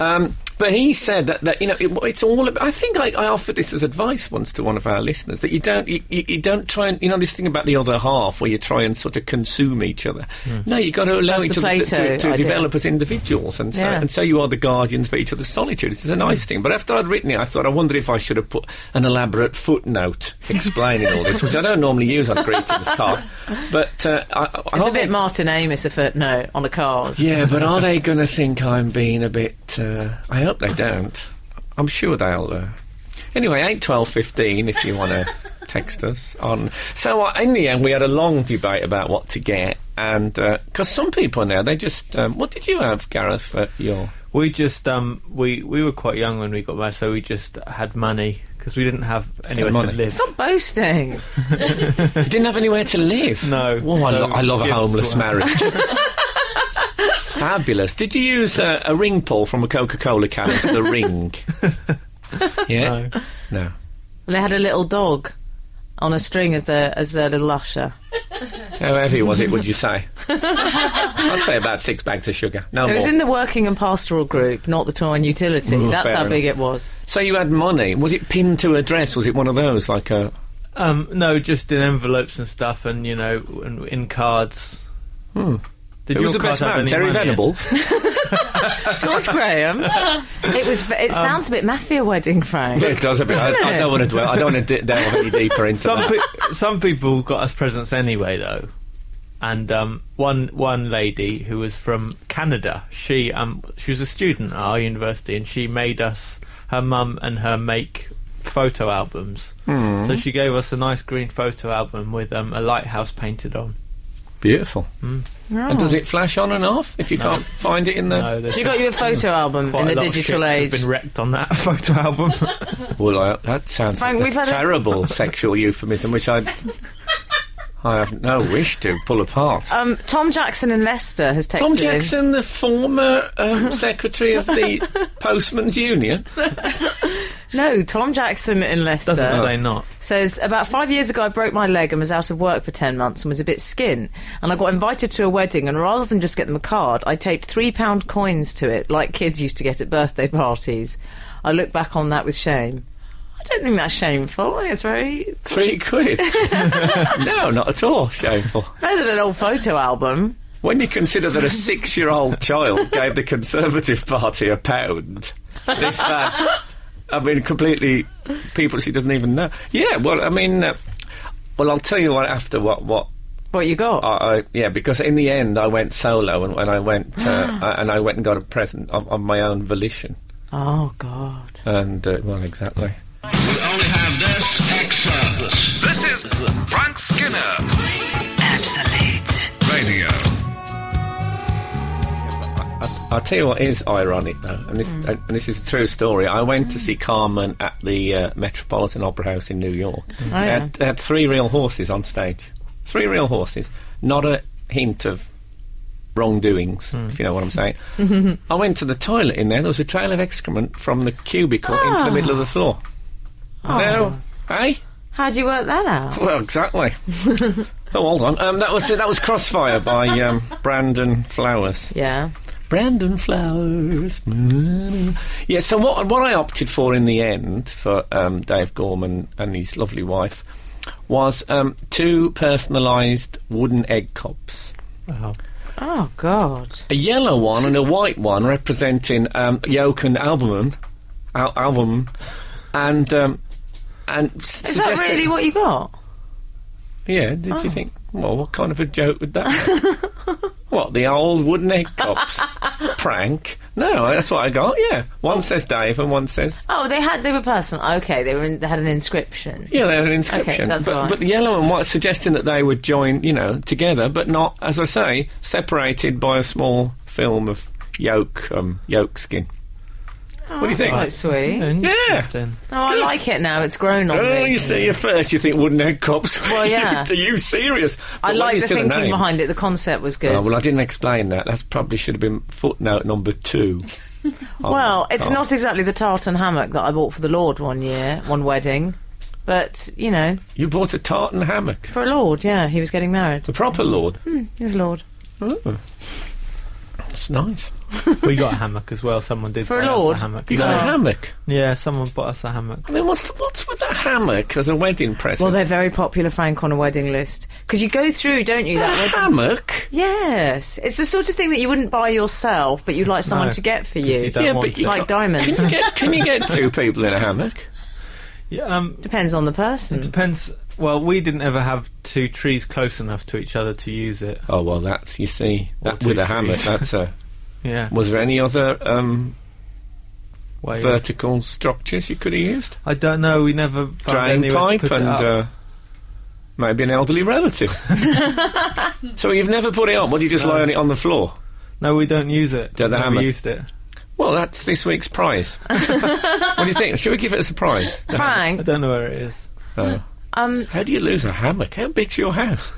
Speaker 4: Um, But he said that, that you know it, it's all. ab- I think I, I offered this as advice once to one of our listeners that you don't you, you, you don't try and you know this thing about the other half where you try and sort of consume each other. No, you've got to allow
Speaker 6: Hmm. That's
Speaker 4: each
Speaker 6: the
Speaker 4: other to,
Speaker 6: Plato
Speaker 4: to, to
Speaker 6: idea.
Speaker 4: develop as individuals, and so
Speaker 6: Yeah.
Speaker 4: and so you are the guardians for each other's solitude. It's a nice thing. But after I'd written it, I thought I wonder if I should have put an elaborate footnote explaining all this, which I don't normally use on a greetings card. But uh, I, I- I
Speaker 6: It's a
Speaker 4: think-
Speaker 6: bit Martin Amis, a footnote on a card.
Speaker 4: yeah, but are they going to think I'm being a bit? Uh, I hope they don't. I'm sure they'll. Uh... Anyway, eight twelve fifteen. If you want to text us on. So uh, in the end, we had a long debate about what to get, and because some people now they just. Um, what did you have, Gareth? For your
Speaker 5: We just um we we were quite young when we got married, so we just had money because we didn't have anywhere to
Speaker 4: money.
Speaker 5: live.
Speaker 6: Stop boasting.
Speaker 4: you didn't have anywhere to live.
Speaker 5: No.
Speaker 4: Oh, I, lo-
Speaker 5: So
Speaker 4: I love a
Speaker 5: gifts
Speaker 4: homeless
Speaker 5: were-
Speaker 4: marriage. Fabulous. Did you use uh, a ring pull from a Coca-Cola can as the ring? Yeah.
Speaker 5: No.
Speaker 4: no.
Speaker 6: And they had a little dog on a string as their as their little usher.
Speaker 4: How heavy was it, would you say? I'd say about six bags of sugar. No
Speaker 6: It was
Speaker 4: more.
Speaker 6: in the working and pastoral group, not the tour and utility.
Speaker 4: Mm,
Speaker 6: That's
Speaker 4: fair
Speaker 6: how big
Speaker 4: enough.
Speaker 6: it was.
Speaker 4: so you had money. Was it pinned to a dress? Was it one of those? Like a.
Speaker 5: Um, no, just in envelopes and stuff, and you know, and in cards. Did
Speaker 4: Hmm. It
Speaker 5: your
Speaker 4: was the
Speaker 5: card
Speaker 4: best
Speaker 5: have
Speaker 4: man,
Speaker 5: any
Speaker 4: Terry
Speaker 5: money in it?
Speaker 4: Venables.
Speaker 6: George Graham. It was. v- It sounds a bit mafia wedding, Frank.
Speaker 4: it does a bit. I,
Speaker 6: Doesn't
Speaker 4: I
Speaker 6: it?
Speaker 4: don't want to dwell. I don't want to delve any deeper into
Speaker 5: Some
Speaker 4: that.
Speaker 5: pe- some people got us presents anyway, though. And um, one one lady who was from Canada, she um she was a student at our university, and she made us her mum and her make photo albums.
Speaker 4: Hmm.
Speaker 5: So she gave us a nice green photo album with um, a lighthouse painted on.
Speaker 4: Beautiful.
Speaker 5: Hmm.
Speaker 6: Oh.
Speaker 4: And does it flash on and off if you can't find it in the.
Speaker 5: No, there's
Speaker 6: You got you a photo album
Speaker 5: quite
Speaker 6: in
Speaker 5: a
Speaker 6: the
Speaker 5: lot of
Speaker 6: digital
Speaker 5: ships have
Speaker 6: age.
Speaker 5: been wrecked on that photo album.
Speaker 4: Well, I, that sounds
Speaker 6: Frank,
Speaker 4: like
Speaker 6: we've
Speaker 4: a
Speaker 6: had a-
Speaker 4: terrible sexual euphemism, which I. I have no wish to pull apart.
Speaker 6: Um, Tom Jackson in Leicester has texted
Speaker 4: Tom
Speaker 6: in.
Speaker 4: Jackson, the former um, secretary of the Postmen's Union.
Speaker 6: No, Tom Jackson in Leicester.
Speaker 5: Doesn't say not.
Speaker 6: says about five years ago i broke my leg and was out of work for 10 months and was a bit skin and i got invited to a wedding and rather than just get them a card i taped three pound coins to it like kids used to get at birthday parties i look back on that with shame i don't think that's shameful i think it's very
Speaker 4: Three quid? no, not at all. Shameful.
Speaker 6: better than an old photo album
Speaker 4: When you consider that a six-year-old child gave the Conservative Party a pound, this man, I mean, completely people she doesn't even know. Yeah, well, I mean, uh, well, I'll tell you what after what what
Speaker 6: what you got
Speaker 4: I, I, yeah, because in the end I went solo and, and I went uh, I- and I went and got a present on, on my own volition.
Speaker 6: oh god
Speaker 4: And uh, well, exactly.
Speaker 7: only have this uh, excess.
Speaker 2: This is Frank Skinner
Speaker 3: Absolute.
Speaker 2: Radio.
Speaker 4: I- I'll tell you what is ironic though, and
Speaker 6: Mm.
Speaker 4: this and this is a true story. I went to see Carmen at the uh, Metropolitan Opera House in New York.
Speaker 6: Oh,
Speaker 4: they,
Speaker 6: yeah.
Speaker 4: had, they had three real horses on stage, three real horses. Not a hint of wrongdoings,
Speaker 6: Hmm.
Speaker 4: if you know what I'm saying. I went to the toilet in there. There was a trail of excrement from the cubicle into
Speaker 6: Ah.
Speaker 4: the middle of the floor.
Speaker 6: Oh.
Speaker 4: No, eh?
Speaker 6: how'd you work that out
Speaker 4: Well, exactly. oh, hold on. Um, that was that was Crossfire by um, Brandon Flowers.
Speaker 6: yeah
Speaker 4: Brandon Flowers. Yeah, so what, what I opted for in the end for um, Dave Gorman and his lovely wife was um, two personalised wooden egg cups.
Speaker 5: Wow.
Speaker 6: oh god
Speaker 4: A yellow one and a white one representing um, Joke and Albumen. Al- album. And. Um, and
Speaker 6: is that really what you got
Speaker 4: Yeah, did
Speaker 6: Oh.
Speaker 4: you think? Well, what kind of a joke would that be? what, the old wooden egg cups? Prank? No, that's what I got, yeah. One says Dave and one says.
Speaker 6: oh they had they were personal okay they were in, they had an inscription
Speaker 4: Yeah, they had an inscription.
Speaker 6: that's
Speaker 4: but,
Speaker 6: all right.
Speaker 4: but the yellow and white suggesting that they would join, you know, together, but not, as I say, separated by a small film of yolk, um, yolk skin. what do you think?
Speaker 6: quite sweet
Speaker 5: Interesting.
Speaker 6: oh i like it now it's grown on
Speaker 4: Oh,
Speaker 6: me
Speaker 4: you see, at first you think wooden egg cups.
Speaker 6: Well, yeah.
Speaker 4: Are you serious?
Speaker 6: I
Speaker 4: But when
Speaker 6: like
Speaker 4: you
Speaker 6: the
Speaker 4: see
Speaker 6: thinking
Speaker 4: name-
Speaker 6: behind it. The concept was good.
Speaker 4: Oh, well, I didn't explain that. That probably should have been footnote number two. Oh,
Speaker 6: well, it's
Speaker 4: God.
Speaker 6: not exactly the tartan hammock that I bought for the Lord one year, one wedding, but you know,
Speaker 4: You bought a tartan hammock.
Speaker 6: for a Lord, yeah, he was getting married.
Speaker 4: The proper lord.
Speaker 6: He was Lord.
Speaker 4: Oh. That's nice.
Speaker 5: we got a hammock as well. Someone did
Speaker 6: For a
Speaker 5: buy us
Speaker 6: lord?
Speaker 5: hammock.
Speaker 4: You got a
Speaker 5: Yeah.
Speaker 4: hammock.
Speaker 5: Yeah, someone bought us a hammock.
Speaker 4: I mean, what's what's with a hammock as a wedding present?
Speaker 6: Well, they're very popular, Frank, on a wedding list. Because you go through, don't you,
Speaker 4: a
Speaker 6: that wedding
Speaker 4: hammock.
Speaker 6: Yes. It's the sort of thing that you wouldn't buy yourself, but you'd like someone
Speaker 5: No,
Speaker 6: to get for
Speaker 5: 'cause
Speaker 6: you.
Speaker 5: you don't
Speaker 4: Yeah,
Speaker 5: want
Speaker 4: but you
Speaker 5: to.
Speaker 6: like
Speaker 4: can't-
Speaker 6: diamonds.
Speaker 4: Can you, get, can you get two people in a hammock?
Speaker 5: Yeah, um,
Speaker 6: Depends on the person.
Speaker 5: depends. Well, we didn't ever have two trees close enough to each other to use it.
Speaker 4: Oh well, that's you see
Speaker 5: Or
Speaker 4: that,
Speaker 5: two
Speaker 4: with a
Speaker 5: trees.
Speaker 4: hammock. That's a.
Speaker 5: Yeah,
Speaker 4: Was there any other um,
Speaker 5: way-
Speaker 4: vertical structures you could have used?
Speaker 5: I don't know. We never found
Speaker 4: Drain
Speaker 5: anywhere to
Speaker 4: pipe
Speaker 5: put it
Speaker 4: and
Speaker 5: up.
Speaker 4: uh, maybe an elderly relative. so you've never put it on. What do you just lie on it on the floor?
Speaker 5: no, we don't use it.
Speaker 4: Don't the
Speaker 5: Never
Speaker 4: hammock.
Speaker 5: used it.
Speaker 4: Well, that's this week's prize. what do you think? Should we give it a surprise?
Speaker 5: I
Speaker 6: Frank,
Speaker 5: don't know where it is.
Speaker 4: Oh.
Speaker 6: um,
Speaker 4: How do you lose a hammock? How big's your house?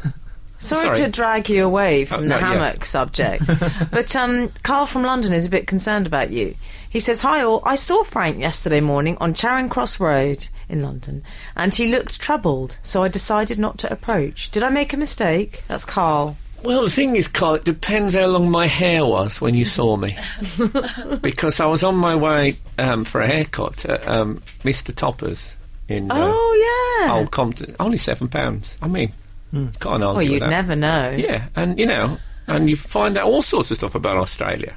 Speaker 6: sorry,
Speaker 4: sorry.
Speaker 6: to drag you away from
Speaker 4: Oh,
Speaker 6: the
Speaker 4: no, yes.
Speaker 6: hammock subject, but um, Carl from London is a bit concerned about you. He says, "Hi all, I saw Frank yesterday morning on Charing Cross Road in London, and he looked troubled, so I decided not to approach. Did I make a mistake? That's Carl.
Speaker 4: Well, the thing is, Carl, it depends how long my hair was when you saw me. because I was on my way um, for a haircut at um, Mr. Topper's in uh,
Speaker 6: Oh yeah. Hmm.
Speaker 4: Old Compton. Only £7. I mean, can't argue
Speaker 6: well,
Speaker 4: with
Speaker 6: you'd
Speaker 4: that.
Speaker 6: never know.
Speaker 4: Yeah, and you know, and you find out all sorts of stuff about Australia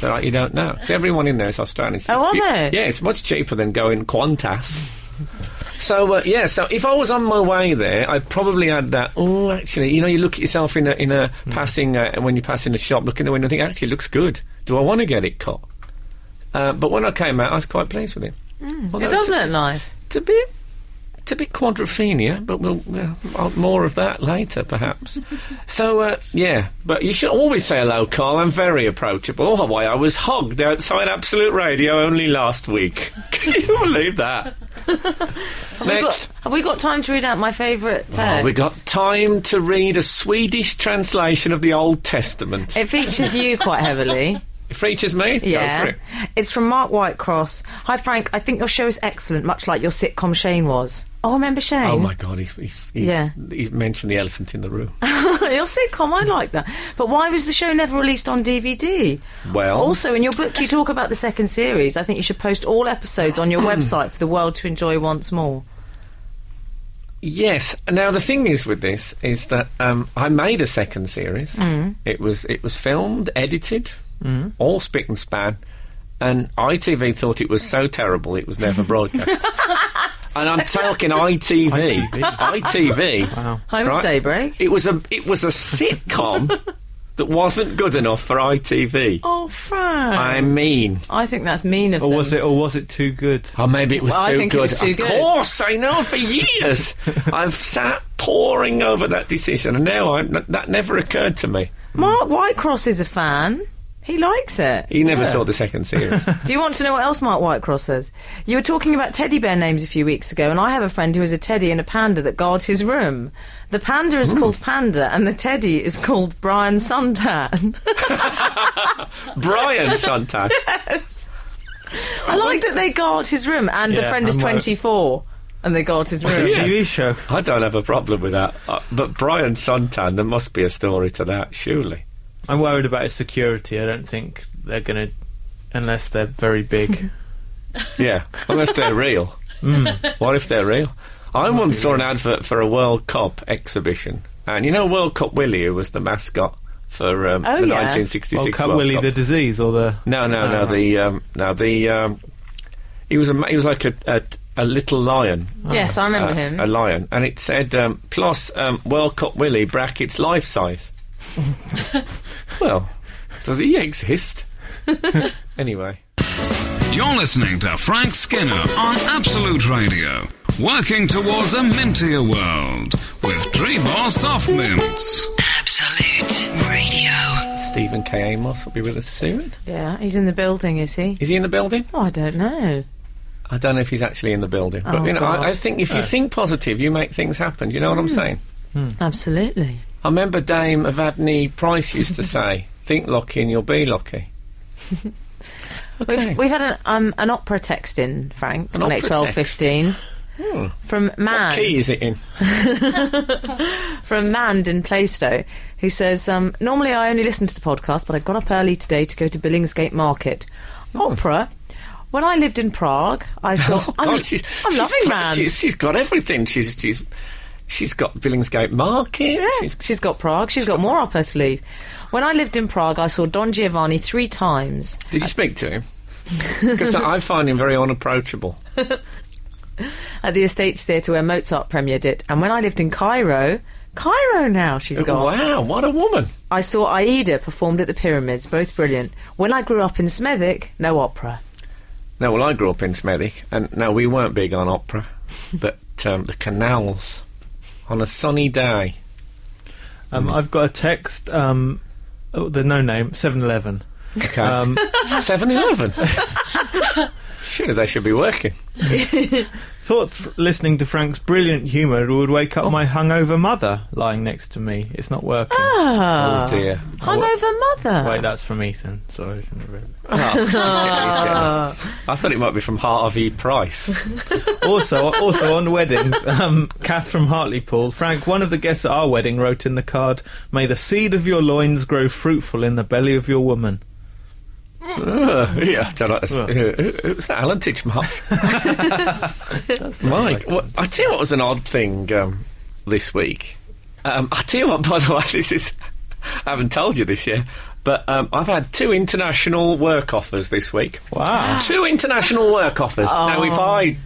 Speaker 4: that like, you don't know. So everyone in there is Australian. So
Speaker 6: Oh,
Speaker 4: it's
Speaker 6: are they?
Speaker 4: Yeah, it's much cheaper than going Qantas. so uh, yeah, so if I was on my way there, I probably had that. Oh, actually, you know, you look at yourself in a in a passing uh, when you pass in a shop, look in the window, and think actually it looks good. Do I want to get it cut? Uh, but when I came out, I was quite pleased with it. Although
Speaker 6: Hmm. It
Speaker 4: it's-
Speaker 6: does look nice.
Speaker 4: it's a bit, it's a bit quadrophenia, but we'll, we'll I'll- more of that later, perhaps. so uh, yeah, but you should always say hello, Carl. I'm very approachable. Oh, why I was hogged outside Absolute Radio only last week. Can you believe that?
Speaker 6: We've got-
Speaker 4: Next.
Speaker 6: have we got time to read out my favourite text?
Speaker 4: Oh, we got time to read a Swedish translation of the Old Testament.
Speaker 6: It features you quite heavily.
Speaker 4: It features me. Go for
Speaker 6: Yeah.
Speaker 4: it.
Speaker 6: It's from Mark Whitecross. Hi, Frank. I think your show is excellent, much like your sitcom Shane was. Oh, I remember Shane.
Speaker 4: Oh my God, he's he's he's,
Speaker 6: Yeah.
Speaker 4: he's mentioned the elephant in the room.
Speaker 6: your sitcom, I like that. But why was the show never released on DVD?
Speaker 4: Well-
Speaker 6: Also, in your book, you talk about the second series. I think you should post all episodes on your website for the world to enjoy once more.
Speaker 4: Yes. Now the thing is with this is that um, I made a second series. It was it was filmed, edited, all spick and span, and ITV thought it was so terrible it was never broadcast. and I'm talking ITV, ITV.
Speaker 5: Wow.
Speaker 6: Home
Speaker 4: Right.
Speaker 6: of Daybreak.
Speaker 4: It was a it was a sitcom that wasn't good enough for ITV.
Speaker 6: Oh, Frank.
Speaker 4: I mean,
Speaker 6: I think that's mean of
Speaker 5: Or
Speaker 6: them.
Speaker 5: was it? Or was it too good?
Speaker 4: Oh, maybe it was
Speaker 6: Well, I
Speaker 4: too
Speaker 6: think it
Speaker 4: good.
Speaker 6: was too
Speaker 4: of
Speaker 6: good.
Speaker 4: course, I know. For years, I've sat poring over that decision, and now I'm, that never occurred to me.
Speaker 6: Mark Whitecross is a fan. He likes it.
Speaker 4: He never saw the second series.
Speaker 6: Do you want to know what else Mark Whitecross says? You were talking about teddy bear names a few weeks ago, and I have a friend who is a teddy and a panda that guard his room. The panda is called Panda, and the teddy is called Brian Suntan.
Speaker 4: Brian Suntan.
Speaker 6: I like that they guard his room, and the
Speaker 5: Yeah,
Speaker 6: friend is
Speaker 5: I'm like-
Speaker 6: 24, and they guard his room.
Speaker 4: Yeah.
Speaker 5: TV show.
Speaker 4: I don't have a problem with that, uh, but Brian Suntan. There must be a story to that, surely.
Speaker 5: I'm worried about its security. I don't think they're going to, unless they're very big.
Speaker 4: Yeah, unless they're real.
Speaker 6: Hmm.
Speaker 4: What if they're real? I once saw an advert for a World Cup exhibition, and you know World Cup Willie, who was the mascot for um,
Speaker 6: Oh,
Speaker 4: the
Speaker 6: yeah.
Speaker 4: 1966
Speaker 5: Well, cut
Speaker 4: World
Speaker 5: Willy
Speaker 4: Cup.
Speaker 5: the disease or the
Speaker 4: No, no, no.
Speaker 5: Oh.
Speaker 4: The um, no, the um, he was a ma- he was like a a, a little lion,
Speaker 6: Yes, I remember
Speaker 4: uh,
Speaker 6: him.
Speaker 4: a lion, and it said um, plus um, World Cup Willie brackets life size. well, does he exist? anyway.
Speaker 2: You're listening to Frank Skinner on Absolute Radio, working towards a mintier world with Treebor Soft Mints.
Speaker 3: Absolute Radio.
Speaker 4: Stephen K. Amos will be with us soon.
Speaker 6: yeah, he's in the building, is he?
Speaker 4: Is he in the building?
Speaker 6: Oh, I don't know.
Speaker 4: I don't know if he's actually in the building. But
Speaker 6: Oh,
Speaker 4: you know, I, I
Speaker 6: God.
Speaker 4: think if you think positive, you make things happen. You know
Speaker 6: Hmm.
Speaker 4: what I'm saying?
Speaker 6: Absolutely.
Speaker 4: I remember Dame Evadne Price used to say, "Think lucky and you'll be lucky." Okay.
Speaker 6: We've, we've had an, um, an opera text in, Frank,
Speaker 4: An
Speaker 6: on
Speaker 4: opera
Speaker 6: at twelve fifteen. from Man
Speaker 4: Key is it in?
Speaker 6: from Mand in Plaistow, who says, um, "Normally I only listen to the podcast, but I got up early today to go to Billingsgate Market. Opera. When I lived in Prague, I saw.
Speaker 4: Oh,
Speaker 6: I'm,
Speaker 4: God, she's,
Speaker 6: I'm
Speaker 4: she's
Speaker 6: loving
Speaker 4: fr-
Speaker 6: Mand.
Speaker 4: She's, she's got everything. She's she's she's got Billingsgate Market.
Speaker 6: Yeah,
Speaker 4: She's,
Speaker 6: she's got Prague. she's got more up her sleeve. When I lived in Prague, I saw Don Giovanni three times.
Speaker 4: did you speak to him? Because I find him very unapproachable.
Speaker 6: at the Estates Theatre where Mozart premiered it. And when I lived in Cairo, Cairo now she's gone.
Speaker 4: Wow, Uh, what a woman!
Speaker 6: I saw Aida performed at the Pyramids, both brilliant. When I grew up in Smethwick, no opera.
Speaker 4: No, well, I grew up in Smethwick, and no, we weren't big on opera, but um, the canals on a sunny day.
Speaker 5: Um, I've got a text. Um, oh, the no name Seven Eleven.
Speaker 4: Okay,
Speaker 5: Um,
Speaker 4: Seven Eleven. Surely they should be working.
Speaker 5: Thought f- listening to Frank's brilliant humour would wake
Speaker 6: Oh.
Speaker 5: up my hungover mother lying next to me. It's not working.
Speaker 6: Ah. Uh,
Speaker 4: Oh dear.
Speaker 6: Hungover mother.
Speaker 5: Wait, that's from Ethan. Sorry. I shouldn't have read it.
Speaker 4: Oh, he's getting- he's getting- I thought it might be from Harvey Price.
Speaker 5: Also, also on weddings, um, Kath from Hartlepool. Frank, one of the guests at our wedding wrote in the card, "May the seed of your loins grow fruitful in the belly of your woman."
Speaker 4: Ugh, yeah, I don't know. It's- uh, who- who was that Alan Titchmarsh? Mike, what, I tell you what was an odd thing um, this week. Um, I tell you what, by the way, this is. I haven't told you this yet, but um, I've had two international work offers this week.
Speaker 5: Wow.
Speaker 4: Two international work offers. Now, if I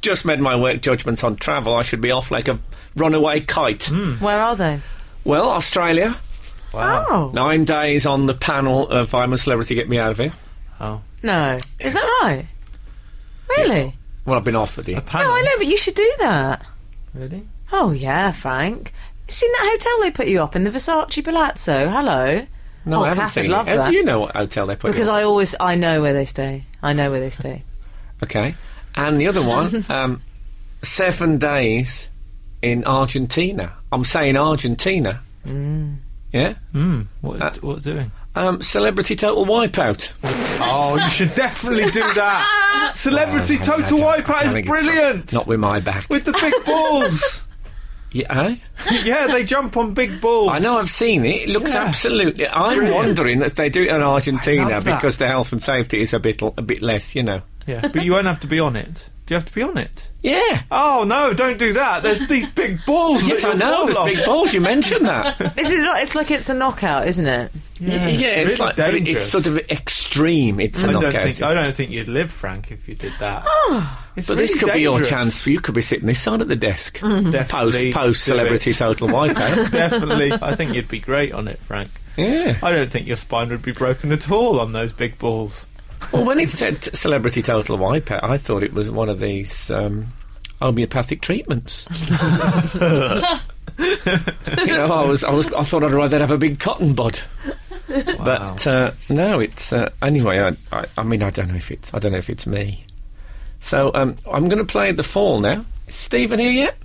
Speaker 4: just made my work judgment on travel, I should be off like a runaway kite.
Speaker 6: Where are they?
Speaker 4: Well, Australia,
Speaker 6: Oh
Speaker 4: nine days on the panel of I'm a Celebrity, Get Me Out of Here.
Speaker 5: Oh.
Speaker 6: no, is that right? Really?
Speaker 4: Well, I've been offered it.
Speaker 6: No,
Speaker 5: Panel.
Speaker 6: I know, but you should do that.
Speaker 5: Really?
Speaker 6: Oh yeah, Frank. You seen that hotel they put you up in the Versace Palazzo? Hello.
Speaker 4: No,
Speaker 6: Oh,
Speaker 4: I haven't
Speaker 6: Kath would
Speaker 4: seen
Speaker 6: love
Speaker 4: it. How
Speaker 6: that.
Speaker 4: Do you know what hotel they put
Speaker 6: Because
Speaker 4: you in?
Speaker 6: I always I know where they stay. I know where they stay.
Speaker 4: Okay. And the other one, um, seven days in Argentina. I'm saying Argentina.
Speaker 6: Mm.
Speaker 4: Yeah?
Speaker 5: Hmm. What? what doing?
Speaker 4: Um, celebrity total wipeout.
Speaker 5: Oh, you should definitely do that. Celebrity total
Speaker 4: I
Speaker 5: wipeout
Speaker 4: think
Speaker 5: is
Speaker 4: it's
Speaker 5: brilliant
Speaker 4: Not with my back.
Speaker 5: with the big balls.
Speaker 4: yeah, eh?
Speaker 5: yeah, they jump on big balls.
Speaker 4: I know I've seen it. It looks
Speaker 5: Yeah.
Speaker 4: absolutely. I'm wondering that they do it in
Speaker 5: I
Speaker 4: Argentina
Speaker 5: love that.
Speaker 4: because the health and safety is a bit a bit less, you know.
Speaker 5: Yeah, but you won't have to be on it. Do you have to be on it?
Speaker 4: Yeah.
Speaker 5: Oh no! Don't do that. There's these big balls.
Speaker 4: Yes,
Speaker 5: that
Speaker 4: I
Speaker 5: you
Speaker 4: know.
Speaker 5: fall
Speaker 4: There's
Speaker 5: off.
Speaker 4: big balls. You mentioned that.
Speaker 6: Is it not? It's like it's a knockout, isn't it?
Speaker 4: yeah, it's
Speaker 5: really
Speaker 4: like but it- it's
Speaker 5: dangerous.
Speaker 4: sort of extreme. It's a
Speaker 5: I
Speaker 4: knockout.
Speaker 5: don't think I don't think you'd live, Frank, if you did that.
Speaker 6: Ah.
Speaker 5: It's
Speaker 4: But this
Speaker 5: really
Speaker 4: could be your
Speaker 5: dangerous.
Speaker 4: chance. You could be sitting this side of the desk.
Speaker 6: Mm-hmm.
Speaker 4: Post
Speaker 5: Definitely
Speaker 4: post
Speaker 5: do
Speaker 4: celebrity
Speaker 5: it.
Speaker 4: total wipeout.
Speaker 5: Definitely, I think you'd be great on it, Frank.
Speaker 4: yeah.
Speaker 5: I don't think your spine would be broken at all on those big balls.
Speaker 4: Well, when it said celebrity total wipeout, I thought it was one of these um, homeopathic treatments. you know, I was, I was, I thought I'd rather have a big cotton bud. But uh, no, it's uh, anyway. I, I, I mean, I don't know if it's, I don't know if it's me. So um, I'm going to play the fall now. Is Stephen here yet?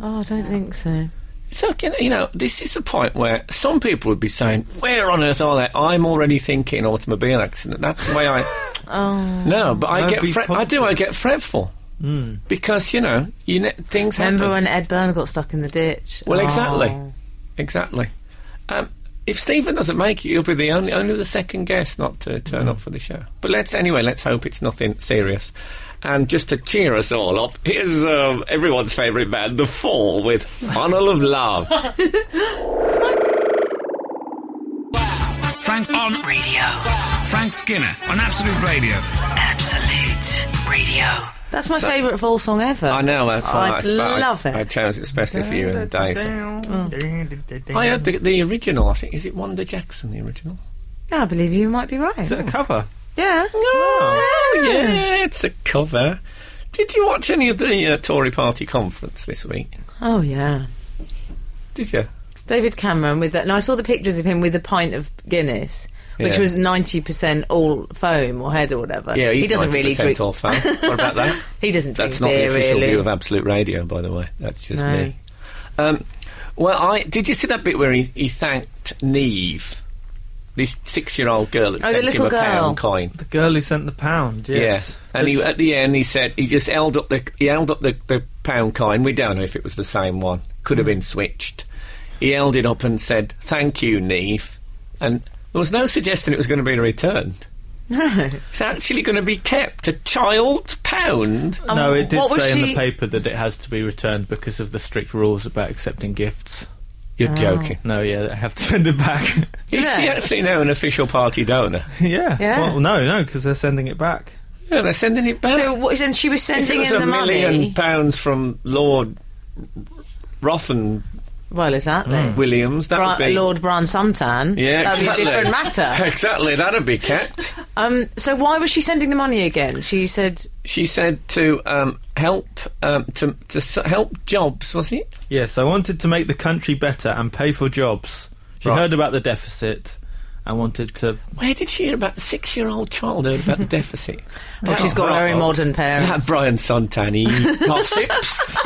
Speaker 6: Oh, I don't think so.
Speaker 4: So, can, you know, this is the point where some people would be saying, Where on earth are they? I'm already thinking automobile accident. That's the way I.
Speaker 6: Oh,
Speaker 4: No, but I
Speaker 5: Don't
Speaker 4: get
Speaker 5: be
Speaker 4: fret. I do, I get fretful. Because, you know, you ne- things
Speaker 6: remember
Speaker 4: happen.
Speaker 6: when Ed Byrne got stuck in the ditch?
Speaker 4: Well,
Speaker 6: Oh.
Speaker 4: exactly. Exactly. Um, if Stephen doesn't make it, you'll be the only only the second guest not to turn
Speaker 5: Mm.
Speaker 4: up for the show. But let's anyway. Let's hope it's nothing serious. And just to cheer us all up, here's um, everyone's favourite band, The Fall, with "Funnel of Love."
Speaker 2: Frank on
Speaker 3: Radio.
Speaker 2: Frank Skinner on Absolute Radio.
Speaker 3: Absolute Radio.
Speaker 6: That's my favourite fall song ever.
Speaker 4: I know that's
Speaker 6: I
Speaker 4: nice. but
Speaker 6: love
Speaker 4: I,
Speaker 6: it.
Speaker 4: I chose it especially for you and Daisy.
Speaker 6: Mm.
Speaker 4: I had the, the original. I think is it Wanda Jackson the original?
Speaker 6: Yeah, I believe you might be right.
Speaker 5: Is it a cover?
Speaker 6: yeah.
Speaker 4: Oh
Speaker 6: Yeah.
Speaker 4: yeah, it's a cover. Did you watch any of the uh, Tory Party conference this week?
Speaker 6: Oh yeah.
Speaker 4: Did you?
Speaker 6: David Cameron with that. And I saw the pictures of him with a pint of Guinness, which
Speaker 4: Yeah.
Speaker 6: was ninety percent all foam or head or whatever.
Speaker 4: Yeah, he's
Speaker 6: he doesn't
Speaker 4: 90%
Speaker 6: really drink.
Speaker 4: off that. What about that?
Speaker 6: He doesn't drink
Speaker 4: That's not
Speaker 6: beer
Speaker 4: the official
Speaker 6: really.
Speaker 4: view of Absolute Radio, by the way. That's just
Speaker 6: No.
Speaker 4: me. Um, well, I did you see that bit where he, he thanked Neve This six-year-old girl that
Speaker 6: Oh, the
Speaker 4: sent him
Speaker 6: little
Speaker 4: a
Speaker 6: girl.
Speaker 4: pound coin.
Speaker 5: The girl who sent the pound, yes.
Speaker 4: Yeah, and he, at the end he said he just held up the he held up the, the pound coin. We don't know if it was the same one. Could
Speaker 6: Hmm.
Speaker 4: have been switched. He held it up and said, "Thank you, Neve," and there was no suggestion it was going to be returned.
Speaker 6: No.
Speaker 4: It's actually going to be kept. A child's pound.
Speaker 6: And
Speaker 5: no, it did
Speaker 6: Um, what was
Speaker 5: say in
Speaker 6: she-
Speaker 5: the paper that it has to be returned because of the strict rules about accepting gifts.
Speaker 4: You're joking.
Speaker 5: No, yeah, they have to send it back.
Speaker 4: Is she
Speaker 6: they?
Speaker 4: actually now an official party donor?
Speaker 5: yeah.
Speaker 6: Yeah.
Speaker 5: Well, no, no, because they're sending it back.
Speaker 4: Yeah, they're sending it back.
Speaker 6: So what, and she was
Speaker 4: if it
Speaker 6: sending
Speaker 4: was
Speaker 6: in
Speaker 4: a
Speaker 6: the
Speaker 4: million
Speaker 6: money.
Speaker 4: pounds from Lord Rothen
Speaker 6: well, exactly.
Speaker 4: Williams, Mm. that
Speaker 6: Bra-
Speaker 4: would be
Speaker 6: Lord Bran Suntan.
Speaker 4: Yeah,
Speaker 6: that'd
Speaker 4: exactly.
Speaker 6: be a different matter.
Speaker 4: exactly, that'd be kept.
Speaker 6: Um, so why was she sending the money again? She said, oh,
Speaker 4: she said to um, help um, to to s- help jobs, was it?
Speaker 5: Yes, I wanted to make the country better and pay for jobs. She
Speaker 4: Right.
Speaker 5: heard about the deficit and wanted to.
Speaker 4: Where did she hear about the six-year-old child heard about the deficit?
Speaker 6: "Well, Oh, she's got very modern
Speaker 4: That
Speaker 6: parents."
Speaker 4: Brian Sontan, he gossips.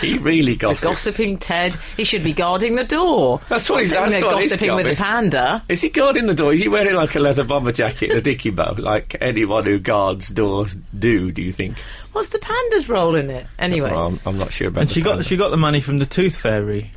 Speaker 4: he really
Speaker 6: The
Speaker 4: gossips.
Speaker 6: gossiping Ted. He should be guarding the door.
Speaker 4: That's what he's-
Speaker 6: Sitting
Speaker 4: that's
Speaker 6: there
Speaker 4: what his
Speaker 6: gossiping
Speaker 4: job
Speaker 6: with
Speaker 4: is.
Speaker 6: a panda.
Speaker 4: Is he guarding the door? Is he wearing like a leather bomber jacket and a dicky bow, like anyone who guards doors do? Do you think?
Speaker 6: What's the panda's role in it anyway?
Speaker 4: Well, I'm, I'm not sure about.
Speaker 5: And
Speaker 4: the
Speaker 5: she got
Speaker 4: panda.
Speaker 5: she got the money from the Tooth Fairy.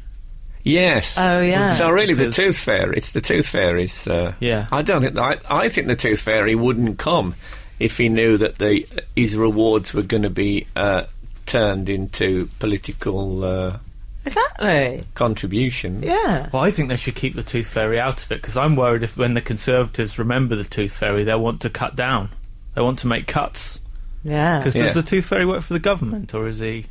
Speaker 4: Yes.
Speaker 6: Oh, yeah.
Speaker 4: So really, the
Speaker 5: Because-
Speaker 4: Tooth Fairy. It's the Tooth Fairy's. Uh,
Speaker 5: Yeah.
Speaker 4: I don't think. I, I think the Tooth Fairy wouldn't come if he knew that the his rewards were going to be uh, turned into political uh,
Speaker 6: Exactly.
Speaker 4: contributions.
Speaker 6: Yeah.
Speaker 5: Well, I think they should keep the Tooth Fairy out of it because I'm worried if when the Conservatives remember the Tooth Fairy, they'll want to cut down. They want to make cuts.
Speaker 6: Yeah.
Speaker 5: Because
Speaker 4: Yeah.
Speaker 5: does the Tooth Fairy work for the government or is he?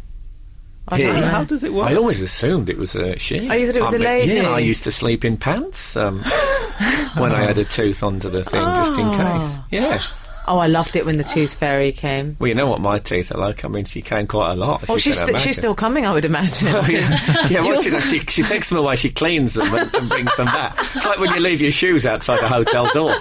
Speaker 6: I don't
Speaker 4: Yeah.
Speaker 6: know.
Speaker 5: How does it work?
Speaker 4: I always assumed it was a she.
Speaker 6: Oh, you thought it was
Speaker 4: I
Speaker 6: a lady?
Speaker 4: Yeah, I used to sleep in pants um, when I had a tooth under the thing, just in
Speaker 6: Ah.
Speaker 4: case. Yeah.
Speaker 6: Oh, I loved it when the tooth fairy came.
Speaker 4: Well, you know what my teeth are like. I mean, she came quite a lot. as
Speaker 6: Well,
Speaker 4: you
Speaker 6: she's
Speaker 4: can
Speaker 6: st- she's
Speaker 4: imagine. Oh,
Speaker 6: still coming, I would imagine.
Speaker 4: yeah, yeah,
Speaker 6: You
Speaker 4: well, she,
Speaker 6: also-
Speaker 4: she, she takes them away, she cleans them and, and brings them back. It's like when you leave your shoes outside a hotel door.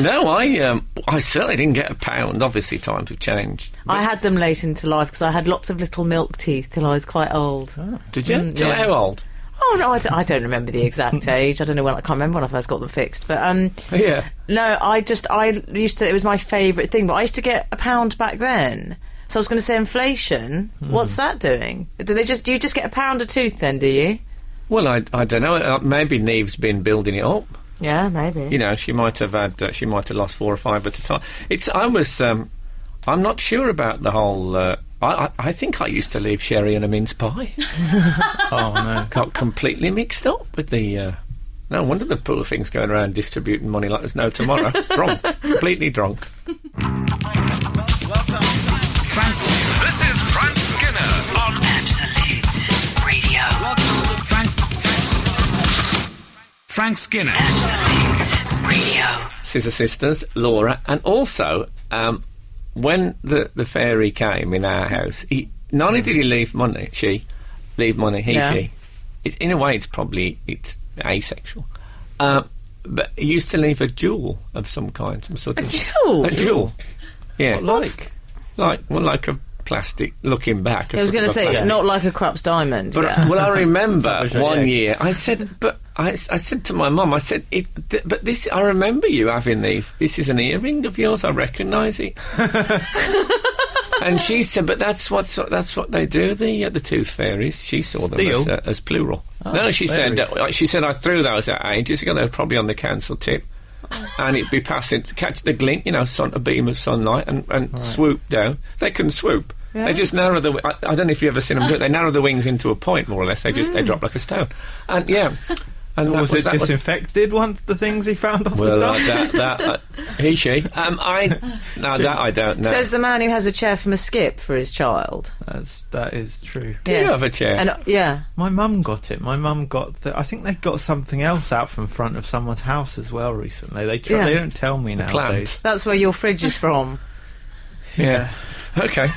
Speaker 4: No, I um, I certainly didn't get a pound. Obviously, times have changed.
Speaker 6: I had them late into life because I had lots of little milk teeth till I was quite old.
Speaker 4: Did you?
Speaker 6: Mm,
Speaker 4: Till
Speaker 6: yeah.
Speaker 4: how old?
Speaker 6: Oh no, I, d- I don't remember the exact age. I don't know when. I can't remember when I first got them fixed. But um,
Speaker 4: Yeah.
Speaker 6: no, I just I used to. It was my favourite thing. But I used to get a pound back then. So I was going to say inflation.
Speaker 4: Hmm.
Speaker 6: What's that doing? Do they just do you just get a pound a tooth then? Do you?
Speaker 4: Well, I, I don't know. Uh, maybe Neve's been building it up.
Speaker 6: Yeah, maybe.
Speaker 4: You know, she might have had. Uh, she might have lost four or five at a time. It's. I was. Um, I'm not sure about the whole. Uh, I, I, I think I used to leave sherry and a mince pie.
Speaker 5: oh no.
Speaker 4: got completely mixed up with the. Uh, no wonder the poor thing's going around distributing money like there's no tomorrow. drunk, completely drunk.
Speaker 2: Frank, this is Frank Skinner on
Speaker 3: Absolute Radio.
Speaker 2: Frank. Frank Skinner.
Speaker 3: Absolute Radio.
Speaker 4: Scissor Sisters, Laura, and also um, when the the fairy came in our house, he, not only did he leave money, she leave money, he
Speaker 6: Yeah.
Speaker 4: she. It's in a way, it's probably it's asexual, uh, but he used to leave a jewel of some kind, some sort of
Speaker 6: jewel?
Speaker 4: a jewel, yeah,
Speaker 5: Like
Speaker 4: like well, like a plastic. Looking back, a
Speaker 6: I was
Speaker 4: sort
Speaker 6: going
Speaker 4: of
Speaker 6: to
Speaker 4: a
Speaker 6: say it's
Speaker 4: plastic
Speaker 6: not like a Krupp's diamond.
Speaker 4: But
Speaker 6: yeah.
Speaker 4: well, I remember
Speaker 5: Rubbish,
Speaker 4: one
Speaker 5: yeah.
Speaker 4: year I said, but I, s- I said to my mum, I said, it, th- but this, I remember you having these. This is an earring of yours. I recognise it. and she said, but that's what that's what they do. The uh, the tooth fairies. She saw them
Speaker 5: Steal?
Speaker 4: as, uh, as plural. no, she said.
Speaker 5: fairies.
Speaker 4: Uh, she said I threw those out ages ago. They were probably on the council tip. and it'd be passing to catch the glint, you know, sun, a beam of sunlight, and, and swoop down. They can swoop. They just narrow the. wi- I, I don't know if you've ever seen them do it. They narrow the wings into a point, more or less. They just
Speaker 6: Mm.
Speaker 4: they drop like a stone. And yeah, and that
Speaker 5: was,
Speaker 4: was,
Speaker 5: it
Speaker 4: that was
Speaker 5: disinfected once the things he found off
Speaker 4: well
Speaker 5: the
Speaker 4: like that that uh, he she um I no that I don't know.
Speaker 6: Says the man who has a chair from a skip for his child.
Speaker 5: That's, that is true.
Speaker 6: Do
Speaker 4: you have a chair?
Speaker 6: And, uh, yeah.
Speaker 5: My mum got it. My mum got. The, I think they got something else out from front of someone's house as well recently. They try,
Speaker 6: Yeah.
Speaker 5: they don't tell me nowadays.
Speaker 6: That's where your fridge is from.
Speaker 4: yeah. Okay.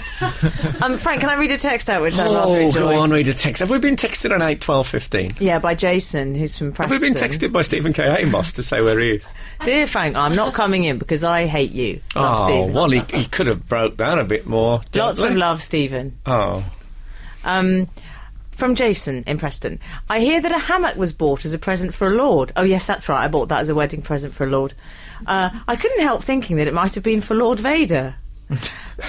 Speaker 6: Um, Frank, can I read a text out which I rather
Speaker 4: Oh,
Speaker 6: enjoyed?
Speaker 4: go on, read a text. Have we been texted on eight twelve fifteen?
Speaker 6: Yeah, by Jason, who's from
Speaker 4: Have
Speaker 6: Preston.
Speaker 4: we been texted by Stephen K. Amos to say where he is?
Speaker 6: Dear Frank, I'm not coming in because I hate you. Love
Speaker 4: oh,
Speaker 6: Stephen.
Speaker 4: well, he, he could have broke down a bit more.
Speaker 6: Lots of
Speaker 4: gently.
Speaker 6: love, Stephen.
Speaker 4: Oh,
Speaker 6: Um, From Jason in Preston. I hear that a hammock was bought as a present for a lord. Oh, yes, that's right. I bought that as a wedding present for a lord. Uh, I couldn't help thinking that it might have been for Lord Vader.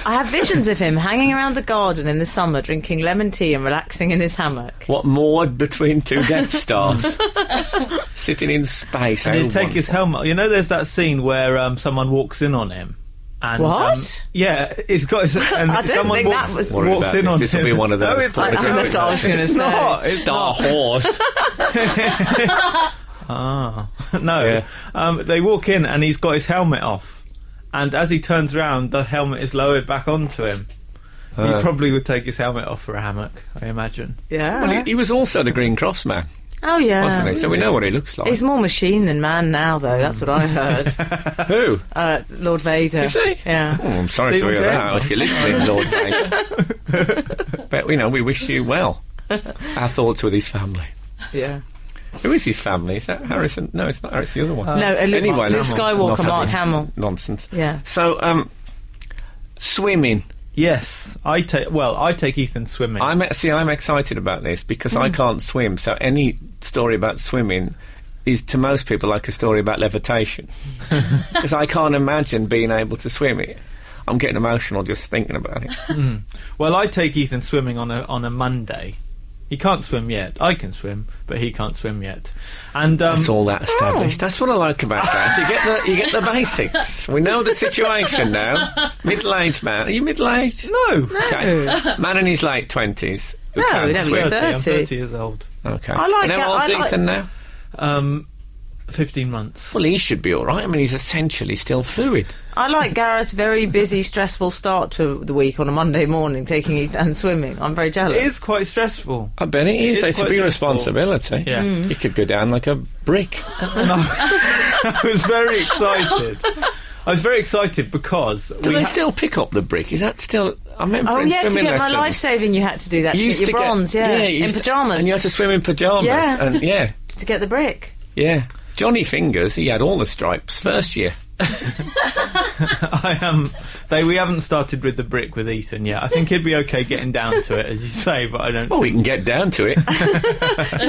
Speaker 6: I have visions of him hanging around the garden in the summer, drinking lemon tea and relaxing in his hammock.
Speaker 4: What moored between two Death Stars? Sitting in space.
Speaker 5: And
Speaker 4: how
Speaker 5: he'd take his
Speaker 4: wonderful.
Speaker 5: helmet. You know, there's that scene where um, someone walks in on him. And, um,
Speaker 6: What?
Speaker 5: yeah, he's got. His, and
Speaker 6: I don't
Speaker 5: someone
Speaker 6: think that
Speaker 5: walks,
Speaker 6: was-
Speaker 4: Worry
Speaker 5: walks
Speaker 4: about
Speaker 5: in
Speaker 4: this.
Speaker 5: on
Speaker 4: This'll
Speaker 5: him.
Speaker 4: be one of those
Speaker 5: No, it's
Speaker 4: probably
Speaker 5: not.
Speaker 4: going
Speaker 6: That's what I was going to
Speaker 5: It's
Speaker 6: say.
Speaker 5: not. It's
Speaker 4: Star Horse.
Speaker 5: No.
Speaker 4: Yeah.
Speaker 5: Um, they walk in and he's got his helmet off. And as he turns round, the helmet is lowered back onto him.
Speaker 4: Uh.
Speaker 5: he probably would take his helmet off for a hammock, I imagine.
Speaker 6: Yeah.
Speaker 4: Well, he, he was also the Green Cross man,
Speaker 6: oh, yeah.
Speaker 4: wasn't he? So we know what he looks like.
Speaker 6: He's more machine than man now, though. That's what I heard.
Speaker 4: Who?
Speaker 6: uh, Lord Vader.
Speaker 4: Is he?
Speaker 6: Yeah.
Speaker 4: Oh, I'm sorry
Speaker 5: Stephen
Speaker 4: to hear that.
Speaker 5: King.
Speaker 4: If you're listening, Lord Vader. but, you know, we wish you well. Our thoughts with his family.
Speaker 6: Yeah.
Speaker 4: Who is his family? Is that Harrison? No, it's not. Harrison. It's the other one.
Speaker 5: Um,
Speaker 6: No, uh, Luke,
Speaker 4: Oh. anyway,
Speaker 6: Luke
Speaker 4: let's-
Speaker 6: Skywalker,
Speaker 4: enough of
Speaker 6: Mark
Speaker 4: this
Speaker 6: Hamill.
Speaker 4: Nonsense.
Speaker 6: Yeah.
Speaker 4: So, um, swimming.
Speaker 5: Yes, I take. Well, I take Ethan swimming.
Speaker 4: I'm see. I'm excited about this because
Speaker 6: Hmm.
Speaker 4: I can't swim. So any story about swimming is to most people like a story about levitation because I can't imagine being able to swim it. I'm getting emotional just thinking about it.
Speaker 5: well, I take Ethan swimming on a on a Monday. He can't swim yet. I can swim, but he can't swim yet. And um,
Speaker 4: It's all that
Speaker 6: oh.
Speaker 4: established. That's what I like about that. You get the you get the basics. We know the situation now. Middle-aged man. Are you middle-aged?
Speaker 5: no.
Speaker 4: Okay. Man in his late twenties.
Speaker 6: No, no, he's
Speaker 4: swim.
Speaker 6: thirty.
Speaker 5: I'm 30 years old.
Speaker 4: Okay.
Speaker 6: I like
Speaker 4: and
Speaker 6: that.
Speaker 4: how old's
Speaker 6: I like-
Speaker 4: Ethan now?
Speaker 5: Um, 15 months.
Speaker 4: Well, he should be all right. I mean, he's essentially still fluid.
Speaker 6: I like Gareth's very busy, stressful start to the week on a Monday morning, taking Ethan swimming. I'm very jealous.
Speaker 5: It is quite stressful.
Speaker 4: I bet it is.
Speaker 5: is
Speaker 4: It's, a
Speaker 5: quite
Speaker 4: big
Speaker 5: stressful.
Speaker 4: responsibility.
Speaker 5: Yeah. Mm.
Speaker 4: You could go down like a brick.
Speaker 5: And I, I was very excited. I was very excited because
Speaker 4: Do
Speaker 5: we
Speaker 4: they
Speaker 5: ha-
Speaker 4: still pick up the brick? Is that still? I remember
Speaker 6: Oh
Speaker 4: in
Speaker 6: yeah, to
Speaker 4: swimming
Speaker 6: get my
Speaker 4: lessons,
Speaker 6: life saving, you had to do that.
Speaker 4: you
Speaker 6: to
Speaker 4: used
Speaker 6: get your
Speaker 4: to
Speaker 6: bronze,
Speaker 4: get,
Speaker 6: yeah,
Speaker 4: you
Speaker 6: in
Speaker 4: used to-
Speaker 6: pajamas
Speaker 4: and you had to swim in pajamas.
Speaker 6: Yeah.
Speaker 4: and yeah,
Speaker 6: to get the brick.
Speaker 4: yeah. Johnny Fingers, he had all the stripes first year.
Speaker 5: I um, they we haven't started with the brick with Ethan yet. I think he'd be okay getting down to it, as you say, but I don't.
Speaker 4: Well, we can get down to it.
Speaker 6: It's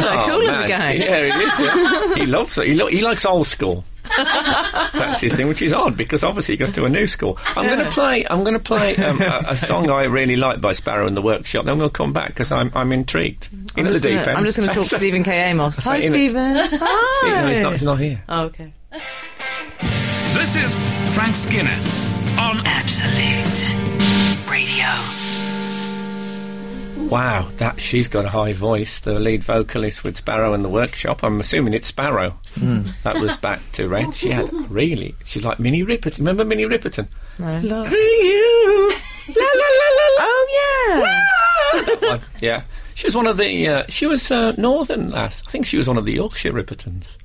Speaker 6: like
Speaker 4: Oh,
Speaker 6: cool in the
Speaker 4: man.
Speaker 6: gang.
Speaker 4: Yeah, it is. yeah. he loves it. He, lo- he likes old school. That's his thing, which is odd because obviously he goes to a new school. I'm going to play. I'm going to play um, a, a song I really like by Sparrow and the Workshop. Then we'll come back because I'm I'm intrigued. In
Speaker 6: I'm
Speaker 4: at the
Speaker 6: just
Speaker 4: deep
Speaker 6: gonna-
Speaker 4: end.
Speaker 6: I'm just going to talk to Stephen K. Amos. Hi,
Speaker 4: in it.
Speaker 6: Stephen.
Speaker 4: See, no,
Speaker 6: Hi.
Speaker 4: he's not. He's not here.
Speaker 6: Oh, okay.
Speaker 2: This is Frank Skinner on
Speaker 3: Absolute Radio.
Speaker 4: Wow, that she's got a high voice. The lead vocalist with Sparrow and the Workshop. I'm assuming it's Sparrow. That was back to Red. She had really. She's like Minnie Riperton. Remember Minnie Riperton?
Speaker 6: No.
Speaker 4: Loving you. La, la, la, la, la.
Speaker 6: Oh yeah.
Speaker 4: one. Ah! Yeah. She was one of the. Uh, she was uh, Northern lass. I think she was one of the Yorkshire Rippertons.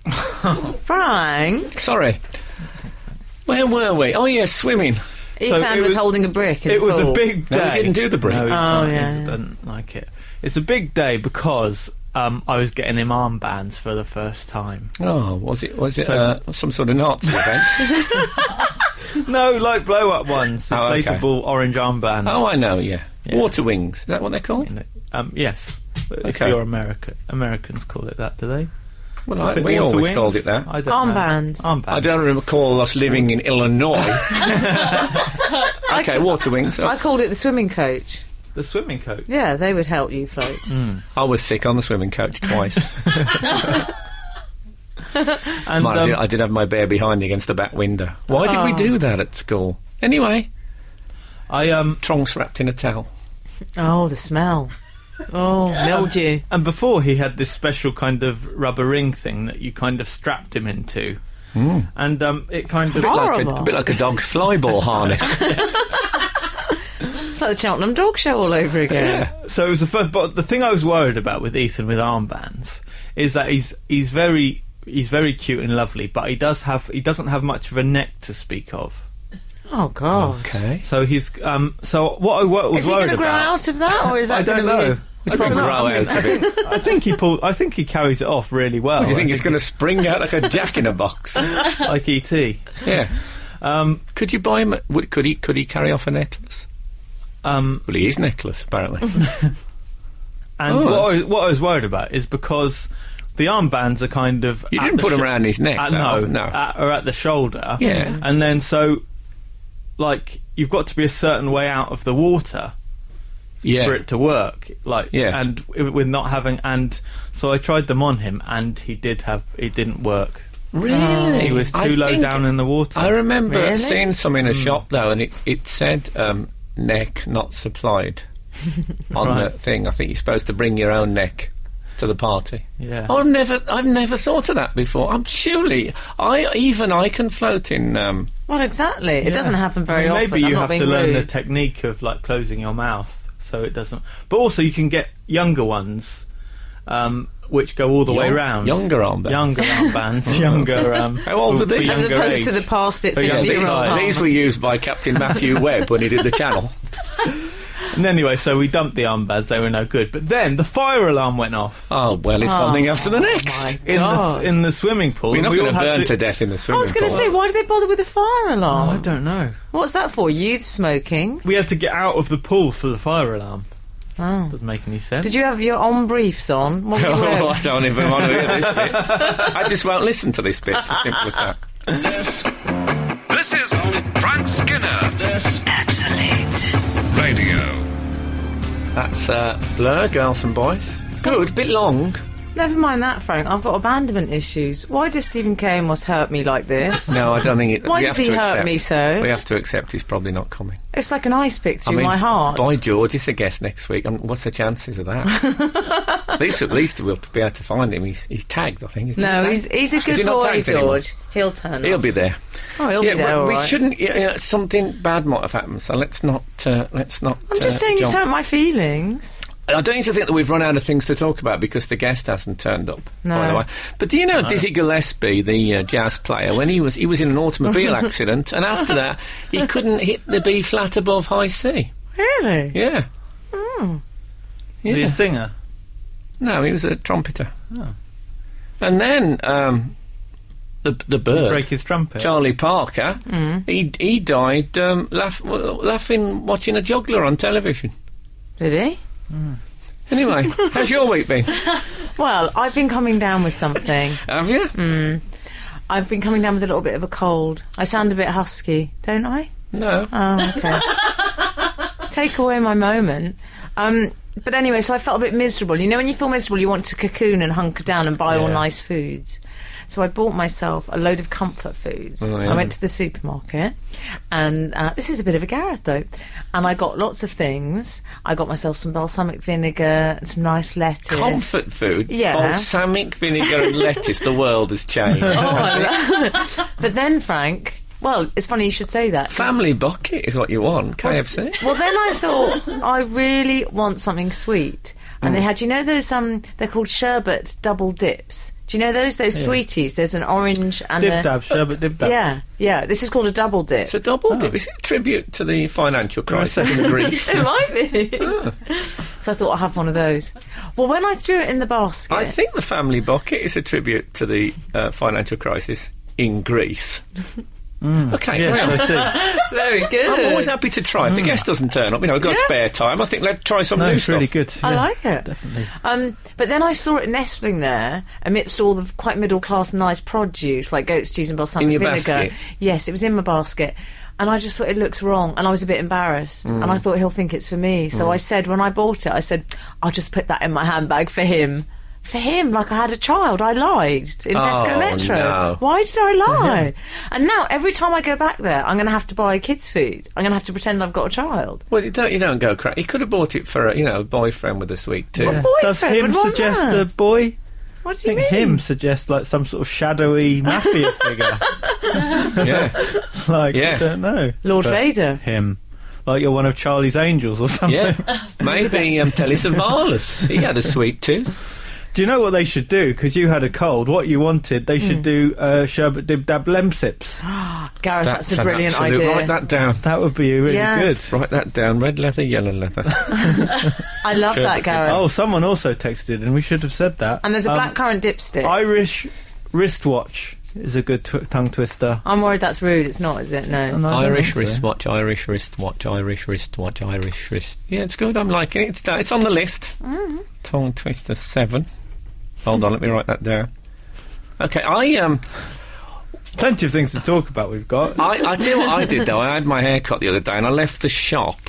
Speaker 6: Frank.
Speaker 4: Sorry. Where were we? Oh yeah, swimming.
Speaker 6: Ethan
Speaker 5: it
Speaker 6: was,
Speaker 5: was-
Speaker 6: holding a brick. in
Speaker 5: It
Speaker 6: the
Speaker 5: was a
Speaker 6: pool.
Speaker 5: big day.
Speaker 4: No, he didn't do the brick.
Speaker 5: Oh. No, he didn't.
Speaker 6: Oh,
Speaker 5: He
Speaker 6: yeah, yeah.
Speaker 5: didn't like it. It's a big day because um, I was getting him armbands for the first time.
Speaker 4: Oh, was it was it uh, some sort of Nazi event?
Speaker 5: No, like blow up ones,
Speaker 4: Oh, okay.
Speaker 5: inflatable orange armbands.
Speaker 4: oh, I know. Yeah.
Speaker 5: Yeah.
Speaker 4: water wings. Is that what they're called?
Speaker 5: Um, yes. If
Speaker 4: Okay.
Speaker 5: you're American, Americans call it that, do they?
Speaker 4: Well, I,
Speaker 5: But
Speaker 4: we
Speaker 5: water
Speaker 4: always
Speaker 5: wings?
Speaker 4: called it that.
Speaker 5: I don't know.
Speaker 6: Armbands.
Speaker 5: Armbands.
Speaker 4: I don't recall us living in Illinois. okay, water wings.
Speaker 6: I
Speaker 4: I,
Speaker 6: called it the swimming coach.
Speaker 5: The swimming coat.
Speaker 6: Yeah, they would help you float.
Speaker 4: I was sick on the swimming coach twice.
Speaker 5: And
Speaker 4: Mind
Speaker 5: um,
Speaker 4: you, I did have my bear behind me against the back window. Why did we
Speaker 6: Oh.
Speaker 4: do that at school? Anyway,
Speaker 5: I um,
Speaker 4: trunks wrapped in a towel.
Speaker 6: Oh, the smell. Oh, mildew.
Speaker 5: And before he had this special kind of rubber ring thing that you kind of strapped him into,
Speaker 4: Mm.
Speaker 5: and um, it kind of
Speaker 6: Oh.
Speaker 4: like a,
Speaker 6: Horrible.
Speaker 4: a bit like a dog's flyball harness.
Speaker 6: It's like the Cheltenham Dog Show all over again.
Speaker 5: so it was the first. But the thing I was worried about with Ethan with armbands is that he's he's very he's very cute and lovely, but he does have he doesn't have much of a neck to speak of.
Speaker 6: Oh God.
Speaker 4: okay.
Speaker 5: So he's um. So what I wa- was
Speaker 6: Is he going
Speaker 5: worried
Speaker 6: to grow
Speaker 5: about.
Speaker 6: out of that, or is that
Speaker 5: I
Speaker 6: going
Speaker 5: don't
Speaker 6: to
Speaker 5: know.
Speaker 6: be?
Speaker 4: It's going to grow out of it. Do
Speaker 5: I think he pulled. I think he carries it off really well.
Speaker 4: you think
Speaker 5: I
Speaker 4: it's going to spring out like a jack in a box?
Speaker 5: like E ET?
Speaker 4: Yeah. could you buy him? a- Would, could he? Could he carry off a necklace?
Speaker 5: Um,
Speaker 4: Well, he is necklace apparently.
Speaker 5: And
Speaker 4: Oh,
Speaker 5: what, I
Speaker 4: that's-
Speaker 5: was, what I was worried about is because the armbands are kind of
Speaker 4: You
Speaker 5: at
Speaker 4: didn't
Speaker 5: the
Speaker 4: put 'em around his neck,
Speaker 5: at-
Speaker 4: though,
Speaker 5: no,
Speaker 4: no.
Speaker 5: at, or at the shoulder.
Speaker 4: Yeah.
Speaker 5: and then so like you've got to be a certain way out of the water
Speaker 4: Yeah.
Speaker 5: for it to work. Like
Speaker 4: Yeah.
Speaker 5: and w- with not having and so I tried them on him and he did have it didn't work.
Speaker 4: Really?
Speaker 5: He was too
Speaker 4: I
Speaker 5: low
Speaker 4: think-
Speaker 5: down in the water.
Speaker 4: I remember
Speaker 6: Really?
Speaker 4: seeing some in a shop though, and it, it said um, neck not supplied on the
Speaker 5: Right.
Speaker 4: thing. I think you're supposed to bring your own neck to the party.
Speaker 5: Yeah.
Speaker 4: I've never I've never thought of that before. I'm surely I even I can float in. Um,
Speaker 6: Well, exactly. It
Speaker 5: Yeah.
Speaker 6: doesn't happen very
Speaker 5: I mean,
Speaker 6: often.
Speaker 5: Maybe
Speaker 6: I'm
Speaker 5: you
Speaker 6: not
Speaker 5: have
Speaker 6: being
Speaker 5: to learn the
Speaker 6: rude.
Speaker 5: technique of like closing your mouth so it doesn't. But also, you can get younger ones, um, which go all the way
Speaker 4: Young-
Speaker 5: round.
Speaker 4: younger armbands.
Speaker 5: Younger armbands. younger. Um,
Speaker 4: How old
Speaker 5: for-
Speaker 4: are they?
Speaker 5: for
Speaker 6: As
Speaker 5: younger
Speaker 6: opposed to
Speaker 5: age.
Speaker 6: the past it
Speaker 5: But yeah,
Speaker 6: 50 year
Speaker 4: these,
Speaker 5: Palmer.
Speaker 6: old.
Speaker 4: these were used by Captain Matthew Webb when he did the Channel.
Speaker 5: And anyway, so we dumped the armbands; they were no good. But then the fire alarm went off
Speaker 4: Oh well, it's one thing after the
Speaker 6: my
Speaker 4: next.
Speaker 5: in the s-
Speaker 6: God.
Speaker 5: in the swimming pool.
Speaker 4: We're
Speaker 5: and
Speaker 4: not
Speaker 5: we all
Speaker 4: going to
Speaker 5: had
Speaker 4: burn to death in the
Speaker 6: I
Speaker 4: swimming
Speaker 6: was going to
Speaker 4: pool.
Speaker 6: say, why do they bother with a fire
Speaker 5: I
Speaker 6: alarm?
Speaker 5: don't know.
Speaker 6: What's that for? Youth smoking?
Speaker 5: We had to get out of the pool for the fire alarm. Oh. Doesn't make any sense.
Speaker 6: Did you have your on briefs on? What were you
Speaker 4: Oh, I
Speaker 6: wearing?
Speaker 4: don't even want to hear this bit. I just won't listen to this bit. It's as simple as that.
Speaker 2: This is Frank Skinner
Speaker 3: Absolute.
Speaker 2: Radio.
Speaker 4: That's uh, Blur, Girls and Boys. Good, bit long.
Speaker 6: Never mind that, Frank. I've got abandonment issues. Why does Stephen K. Amos hurt me like this?
Speaker 4: No, I don't think it.
Speaker 6: Why
Speaker 4: we
Speaker 6: does
Speaker 4: have
Speaker 6: he
Speaker 4: to
Speaker 6: hurt
Speaker 4: accept-
Speaker 6: me so?
Speaker 4: We have to accept he's probably not coming.
Speaker 6: It's like an ice pick through
Speaker 4: I mean,
Speaker 6: my heart.
Speaker 4: By George, it's a guest next week. Um, what's the chances of that? at least, at least we'll be able to find him. He's, he's tagged, I think. Isn't
Speaker 6: no,
Speaker 4: he?
Speaker 6: he's,
Speaker 4: Tagged?
Speaker 6: he's a
Speaker 4: Is he
Speaker 6: good
Speaker 4: not
Speaker 6: boy,
Speaker 4: tagged anymore?
Speaker 6: George. He'll turn
Speaker 4: He'll
Speaker 6: up.
Speaker 4: be there.
Speaker 6: Oh, he'll
Speaker 4: yeah,
Speaker 6: be there.
Speaker 4: we,
Speaker 6: all
Speaker 4: we
Speaker 6: right.
Speaker 4: shouldn't. You know, something bad might have happened, so let's not. Uh, let's not.
Speaker 6: I'm just saying he's hurt my feelings.
Speaker 4: I don't need to think that we've run out of things to talk about because the guest hasn't turned up. By
Speaker 6: No.
Speaker 4: the way, but do you know Dizzy Gillespie, the uh, jazz player, when he was he was in an automobile accident, and after that he couldn't hit the B flat above high C.
Speaker 6: Really?
Speaker 4: Yeah,
Speaker 5: Is he
Speaker 4: Yeah.
Speaker 5: a singer?
Speaker 4: no, he was a trumpeter. And then um, the the bird,
Speaker 5: Break his trumpet.
Speaker 4: Charlie Parker, he he died um, laugh, w- laughing watching a juggler on television.
Speaker 6: Did he?
Speaker 4: Anyway, how's your week been?
Speaker 6: Well, I've been coming down with something.
Speaker 4: Have you?
Speaker 6: I've been coming down with a little bit of a cold. I sound a bit husky, don't I?
Speaker 4: No.
Speaker 6: Oh, okay. Take away my moment. Um, but anyway, so I felt a bit miserable. You know, when you feel miserable, you want to cocoon and hunker down and buy all
Speaker 5: Yeah.
Speaker 6: nice foods. So I bought myself a load of comfort foods.
Speaker 4: Oh, yeah.
Speaker 6: I went to the supermarket, and uh, this is a bit of a garret though. And I got lots of things. I got myself some balsamic vinegar, some nice lettuce.
Speaker 4: comfort food,
Speaker 6: Yeah.
Speaker 4: balsamic vinegar and lettuce. The world has changed.
Speaker 6: Oh. but then, Frank. Well, it's funny you should say that.
Speaker 4: Family bucket is what you want. KFC.
Speaker 6: Well, then I thought I really want something sweet, and they had you know those um they're called sherbet double dips. Do you know those those sweeties? There's an orange and
Speaker 5: Dib
Speaker 6: a
Speaker 5: dab, sherbet dib dab.
Speaker 6: yeah yeah. This is called a double dip.
Speaker 4: It's a double dip. Is it a tribute to the financial crisis in Greece?
Speaker 6: it might be. so I thought I'll have one of those. Well, when I threw it in the basket,
Speaker 4: I think the family bucket is a tribute to the uh, financial crisis in Greece. Okay, well, Mm.
Speaker 5: Yes, I see.
Speaker 6: very good.
Speaker 4: Mm. I'm always happy to try. If the guest doesn't turn up, you know, I've got
Speaker 6: Yeah.
Speaker 4: spare time. I think let's try some
Speaker 5: No,
Speaker 4: new
Speaker 5: it's
Speaker 4: stuff.
Speaker 5: really good.
Speaker 6: I
Speaker 5: yeah.
Speaker 6: like it.
Speaker 5: Definitely.
Speaker 6: Um, but then I saw it nestling there amidst all the quite middle class nice produce like goat's cheese and balsamic
Speaker 4: In your
Speaker 6: vinegar.
Speaker 4: basket?
Speaker 6: Yes, it was in my basket. And I just thought it looks wrong, and I was a bit embarrassed, and I thought he'll think it's for me. So I said when I bought it, I said I'll just put that in my handbag for him, for him. Like I had a child, I lied in Tesco
Speaker 4: Oh,
Speaker 6: Metro.
Speaker 4: no.
Speaker 6: Why did I lie? And now every time I go back there, I'm going to have to buy kids' food. I'm going to have to pretend I've got a child.
Speaker 4: Well, you don't you don't go crack. You could have bought it for a you know a boyfriend with a sweet tooth.
Speaker 5: Yes. Does
Speaker 6: boyfriend
Speaker 5: him
Speaker 6: would want
Speaker 5: suggest
Speaker 6: that.
Speaker 5: a boy?
Speaker 6: What do
Speaker 5: I
Speaker 6: you
Speaker 5: think
Speaker 6: mean?
Speaker 5: him suggests like some sort of shadowy mafia figure.
Speaker 4: Yeah,
Speaker 5: Like
Speaker 4: Yeah.
Speaker 5: I don't know.
Speaker 6: Lord
Speaker 5: But
Speaker 6: Vader.
Speaker 5: Him. Like you're one of Charlie's angels or something.
Speaker 4: yeah. Maybe um, Telesavalas. He had a sweet tooth.
Speaker 5: Do you know what they should do? Because you had a cold. What you wanted, they
Speaker 6: Hmm.
Speaker 5: should do uh, sherbet dib dab lem sips.
Speaker 6: Gareth, that's, a
Speaker 4: an
Speaker 6: brilliant
Speaker 4: absolute-
Speaker 6: idea.
Speaker 4: Write that down.
Speaker 5: That would be really
Speaker 6: Yeah.
Speaker 5: good.
Speaker 4: Write that down. Red leather, yellow leather.
Speaker 6: I love
Speaker 4: Sure.
Speaker 6: that, Gareth.
Speaker 5: Oh,
Speaker 4: Oh,
Speaker 5: someone also texted, and we should have said that.
Speaker 6: and there's a
Speaker 5: Um,
Speaker 6: blackcurrant dipstick.
Speaker 5: Irish wristwatch. is a good tw- tongue twister.
Speaker 6: I'm worried that's rude. It's not, is it? No.
Speaker 4: Irish wristwatch, Irish wristwatch, Irish wristwatch, Irish wrist. Yeah, it's good. I'm liking it. It's, da- it's on the list. Tongue Twister 7. Hold on, let me write that down. Okay, I um,
Speaker 5: Plenty of things to talk about. We've got.
Speaker 4: I, I tell you what I did though. I had my hair cut the other day, and I left the shop,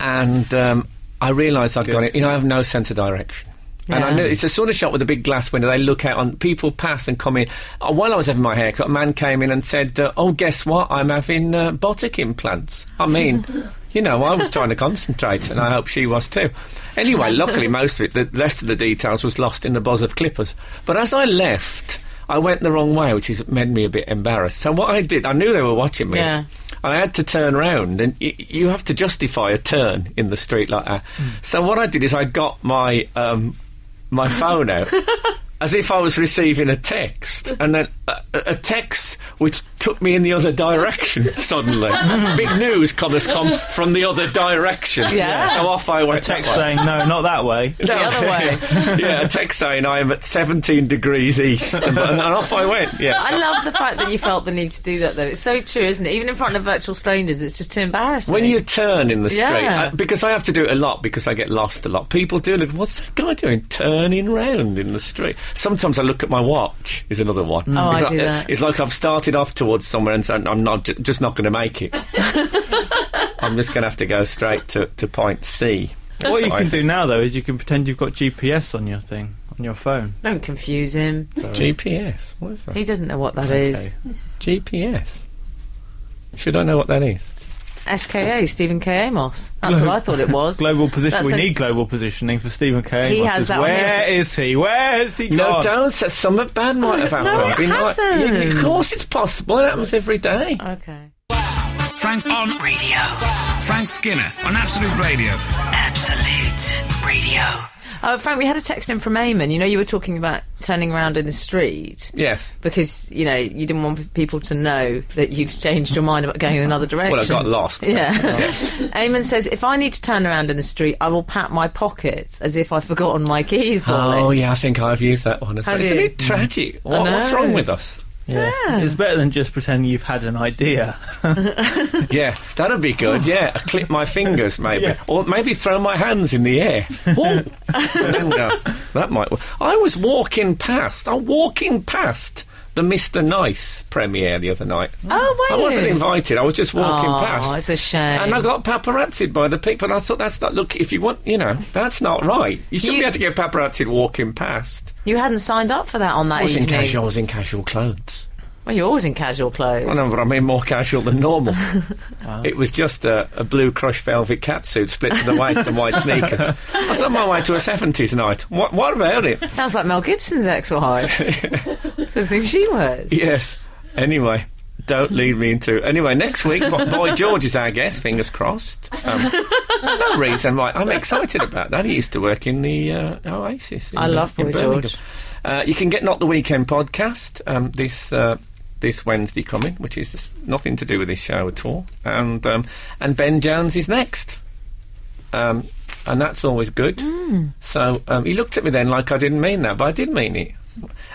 Speaker 4: and um, I realised I'd got it. You know, I have no sense of direction. And I
Speaker 6: Yeah.
Speaker 4: knew it's the sort of shop with a big glass window. They look out on people pass and come in. Uh, while I was having my haircut, a man came in and said, uh, "Oh, guess what? I'm having uh, botic implants." I mean, you know, I was trying to concentrate, and I hope she was too. Anyway, luckily, most of it, the rest of the details was lost in the buzz of clippers. But as I left, I went the wrong way, which has made me a bit embarrassed. So what I did, I knew they were watching me.
Speaker 6: Yeah.
Speaker 4: And I had to turn round, and y- you have to justify a turn in the street like that.
Speaker 6: Mm.
Speaker 4: So what I did is I got my um, my phone out as if I was receiving a text, and then a, a text which took me in the other direction suddenly. Big news comes come from the other direction.
Speaker 6: Yeah.
Speaker 4: So off I went.
Speaker 5: Text
Speaker 4: that way.
Speaker 5: saying no, not that way.
Speaker 4: No.
Speaker 6: The other way.
Speaker 4: yeah, a text saying I am at 17 degrees east, and, and off I went. Yeah.
Speaker 6: I love the fact that you felt the need to do that, though. It's so true, isn't it? Even in front of virtual strangers, it's just too embarrassing.
Speaker 4: When you turn in the street,
Speaker 6: Yeah.
Speaker 4: uh, because I have to do it a lot because I get lost a lot. People do look, what's that guy doing turning round in the street? Sometimes I look at my watch, is another one.
Speaker 6: Oh,
Speaker 4: it's
Speaker 6: I
Speaker 4: like,
Speaker 6: do that.
Speaker 4: It's like I've started off towards somewhere and so I'm not, ju- just not going to make it. I'm just going to have to go straight to, to point C.
Speaker 5: what you
Speaker 4: Sorry.
Speaker 5: can do now though is you can pretend you've got GPS on your thing on your phone.
Speaker 6: Don't confuse him.
Speaker 4: GPS. What is that?
Speaker 6: He doesn't know what that is.
Speaker 4: GPS. Should I know what that is?
Speaker 6: SKA, Stephen K. Amos. That's what I thought it was.
Speaker 5: Global position.
Speaker 6: That's
Speaker 5: we
Speaker 6: a-
Speaker 5: need global positioning for Stephen K.
Speaker 6: He
Speaker 5: Amos,
Speaker 6: has
Speaker 5: 'cause
Speaker 6: that on
Speaker 5: Where is he? Where is he
Speaker 4: No,
Speaker 5: gone?
Speaker 4: don't. say- Something bad might have happened.
Speaker 6: it
Speaker 4: Be nice.
Speaker 6: hasn't.
Speaker 4: Yeah, of course, it's possible. It happens every day.
Speaker 6: Okay.
Speaker 2: Frank on
Speaker 3: Radio.
Speaker 2: Frank Skinner on Absolute Radio.
Speaker 3: Absolute Radio.
Speaker 6: Uh, Frank, we had a text in from Eamon. You know, you were talking about turning around in the street
Speaker 4: Yes.
Speaker 6: because, you know, you didn't want p- people to know that you'd changed your mind about going in another direction.
Speaker 4: Well, I got lost.
Speaker 6: Yeah. Eamon says, if I need to turn around in the street, I will pat my pockets as if I've forgotten my keys. wallet."
Speaker 4: Oh yeah, I think I've used that one. As well.
Speaker 6: Have
Speaker 4: Isn't
Speaker 6: you?
Speaker 4: it tragic? What, what's
Speaker 6: know.
Speaker 4: wrong with us?
Speaker 5: Yeah. It's better than just pretending you've had an idea.
Speaker 4: Yeah, that'd be
Speaker 6: Oh.
Speaker 4: good. Yeah, I clip my fingers maybe, or maybe throw my hands in the air. Whoa. And then go. that might. Work. I was walking past. I'm walking past the Mister Nice premiere the other night.
Speaker 6: Oh, were
Speaker 4: I wasn't
Speaker 6: you?
Speaker 4: invited. I was just walking
Speaker 6: Aw,
Speaker 4: past.
Speaker 6: it's a shame.
Speaker 4: And I got paparazzied by the people. And I thought, that's not. Look, if you want, you know, that's not right. You shouldn't
Speaker 6: You-
Speaker 4: be able to get paparazzied walking past.
Speaker 6: You hadn't signed up for that on that
Speaker 4: I was in
Speaker 6: evening.
Speaker 4: casual. I was in casual clothes.
Speaker 6: Well, you're always in casual clothes.
Speaker 4: I know, but I mean more casual than normal. It was just a, a blue crushed velvet catsuit split to the waist and white sneakers. I was on my way to a 70s night. What, what about it?
Speaker 6: Sounds like Mel Gibson's ex-wife. Those things she wears.
Speaker 4: Yes. Anyway, don't lead me into. Anyway, next week, Bo- Boy George is our guest, fingers crossed. Um, no reason why. I'm excited about that. He used to work in the uh, Oasis. in-
Speaker 6: I love
Speaker 4: in
Speaker 6: Boy
Speaker 4: Birmingham.
Speaker 6: George.
Speaker 4: Uh, you can get Not the Weekend podcast um, this. Uh, this Wednesday coming, which is s- nothing to do with this show at all, and um, and Ben Jones is next, um, and that's always good.
Speaker 6: Mm.
Speaker 4: So um, he looked at me then like I didn't mean that, but I did mean it.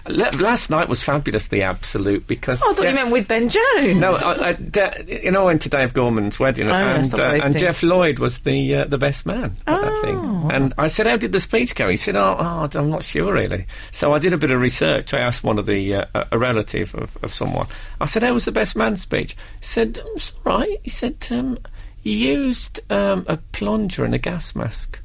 Speaker 4: La- Last night was fabulous, the absolute, because
Speaker 6: Oh, I thought
Speaker 4: Yeah.
Speaker 6: you meant with Ben Jones.
Speaker 4: No, I, I, De- you know, I went to Dave Gorman's wedding,
Speaker 6: I
Speaker 4: and, uh,
Speaker 6: stopped
Speaker 4: and
Speaker 6: wasting.
Speaker 4: Jeff Lloyd was the uh, the best man at that thing. And I said, "How did the speech go?" He said, "Oh, oh, I'm not sure really." So I did a bit of research. I asked one of the uh, a- a relative of, of someone. I said, "How was the best man speech?" He said, "It was all right." He said, um, "He used um, a plunger and a gas mask."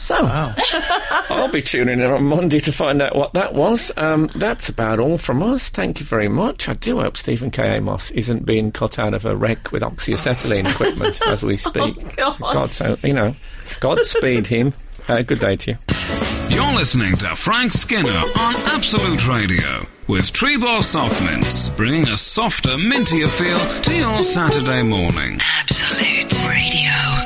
Speaker 4: So, I'll be tuning in on Monday to find out what that was. Um, that's about all from us. Thank you very much. I do hope Stephen K. Amos isn't being cut out of a wreck with oxyacetylene equipment as we speak.
Speaker 6: God.
Speaker 4: God, so, you know, Godspeed him. Uh, good day to you.
Speaker 2: You're listening to Frank Skinner on Absolute Radio with Treebor Soft Mints, bringing a softer, mintier feel to your Saturday morning.
Speaker 3: Absolute Radio.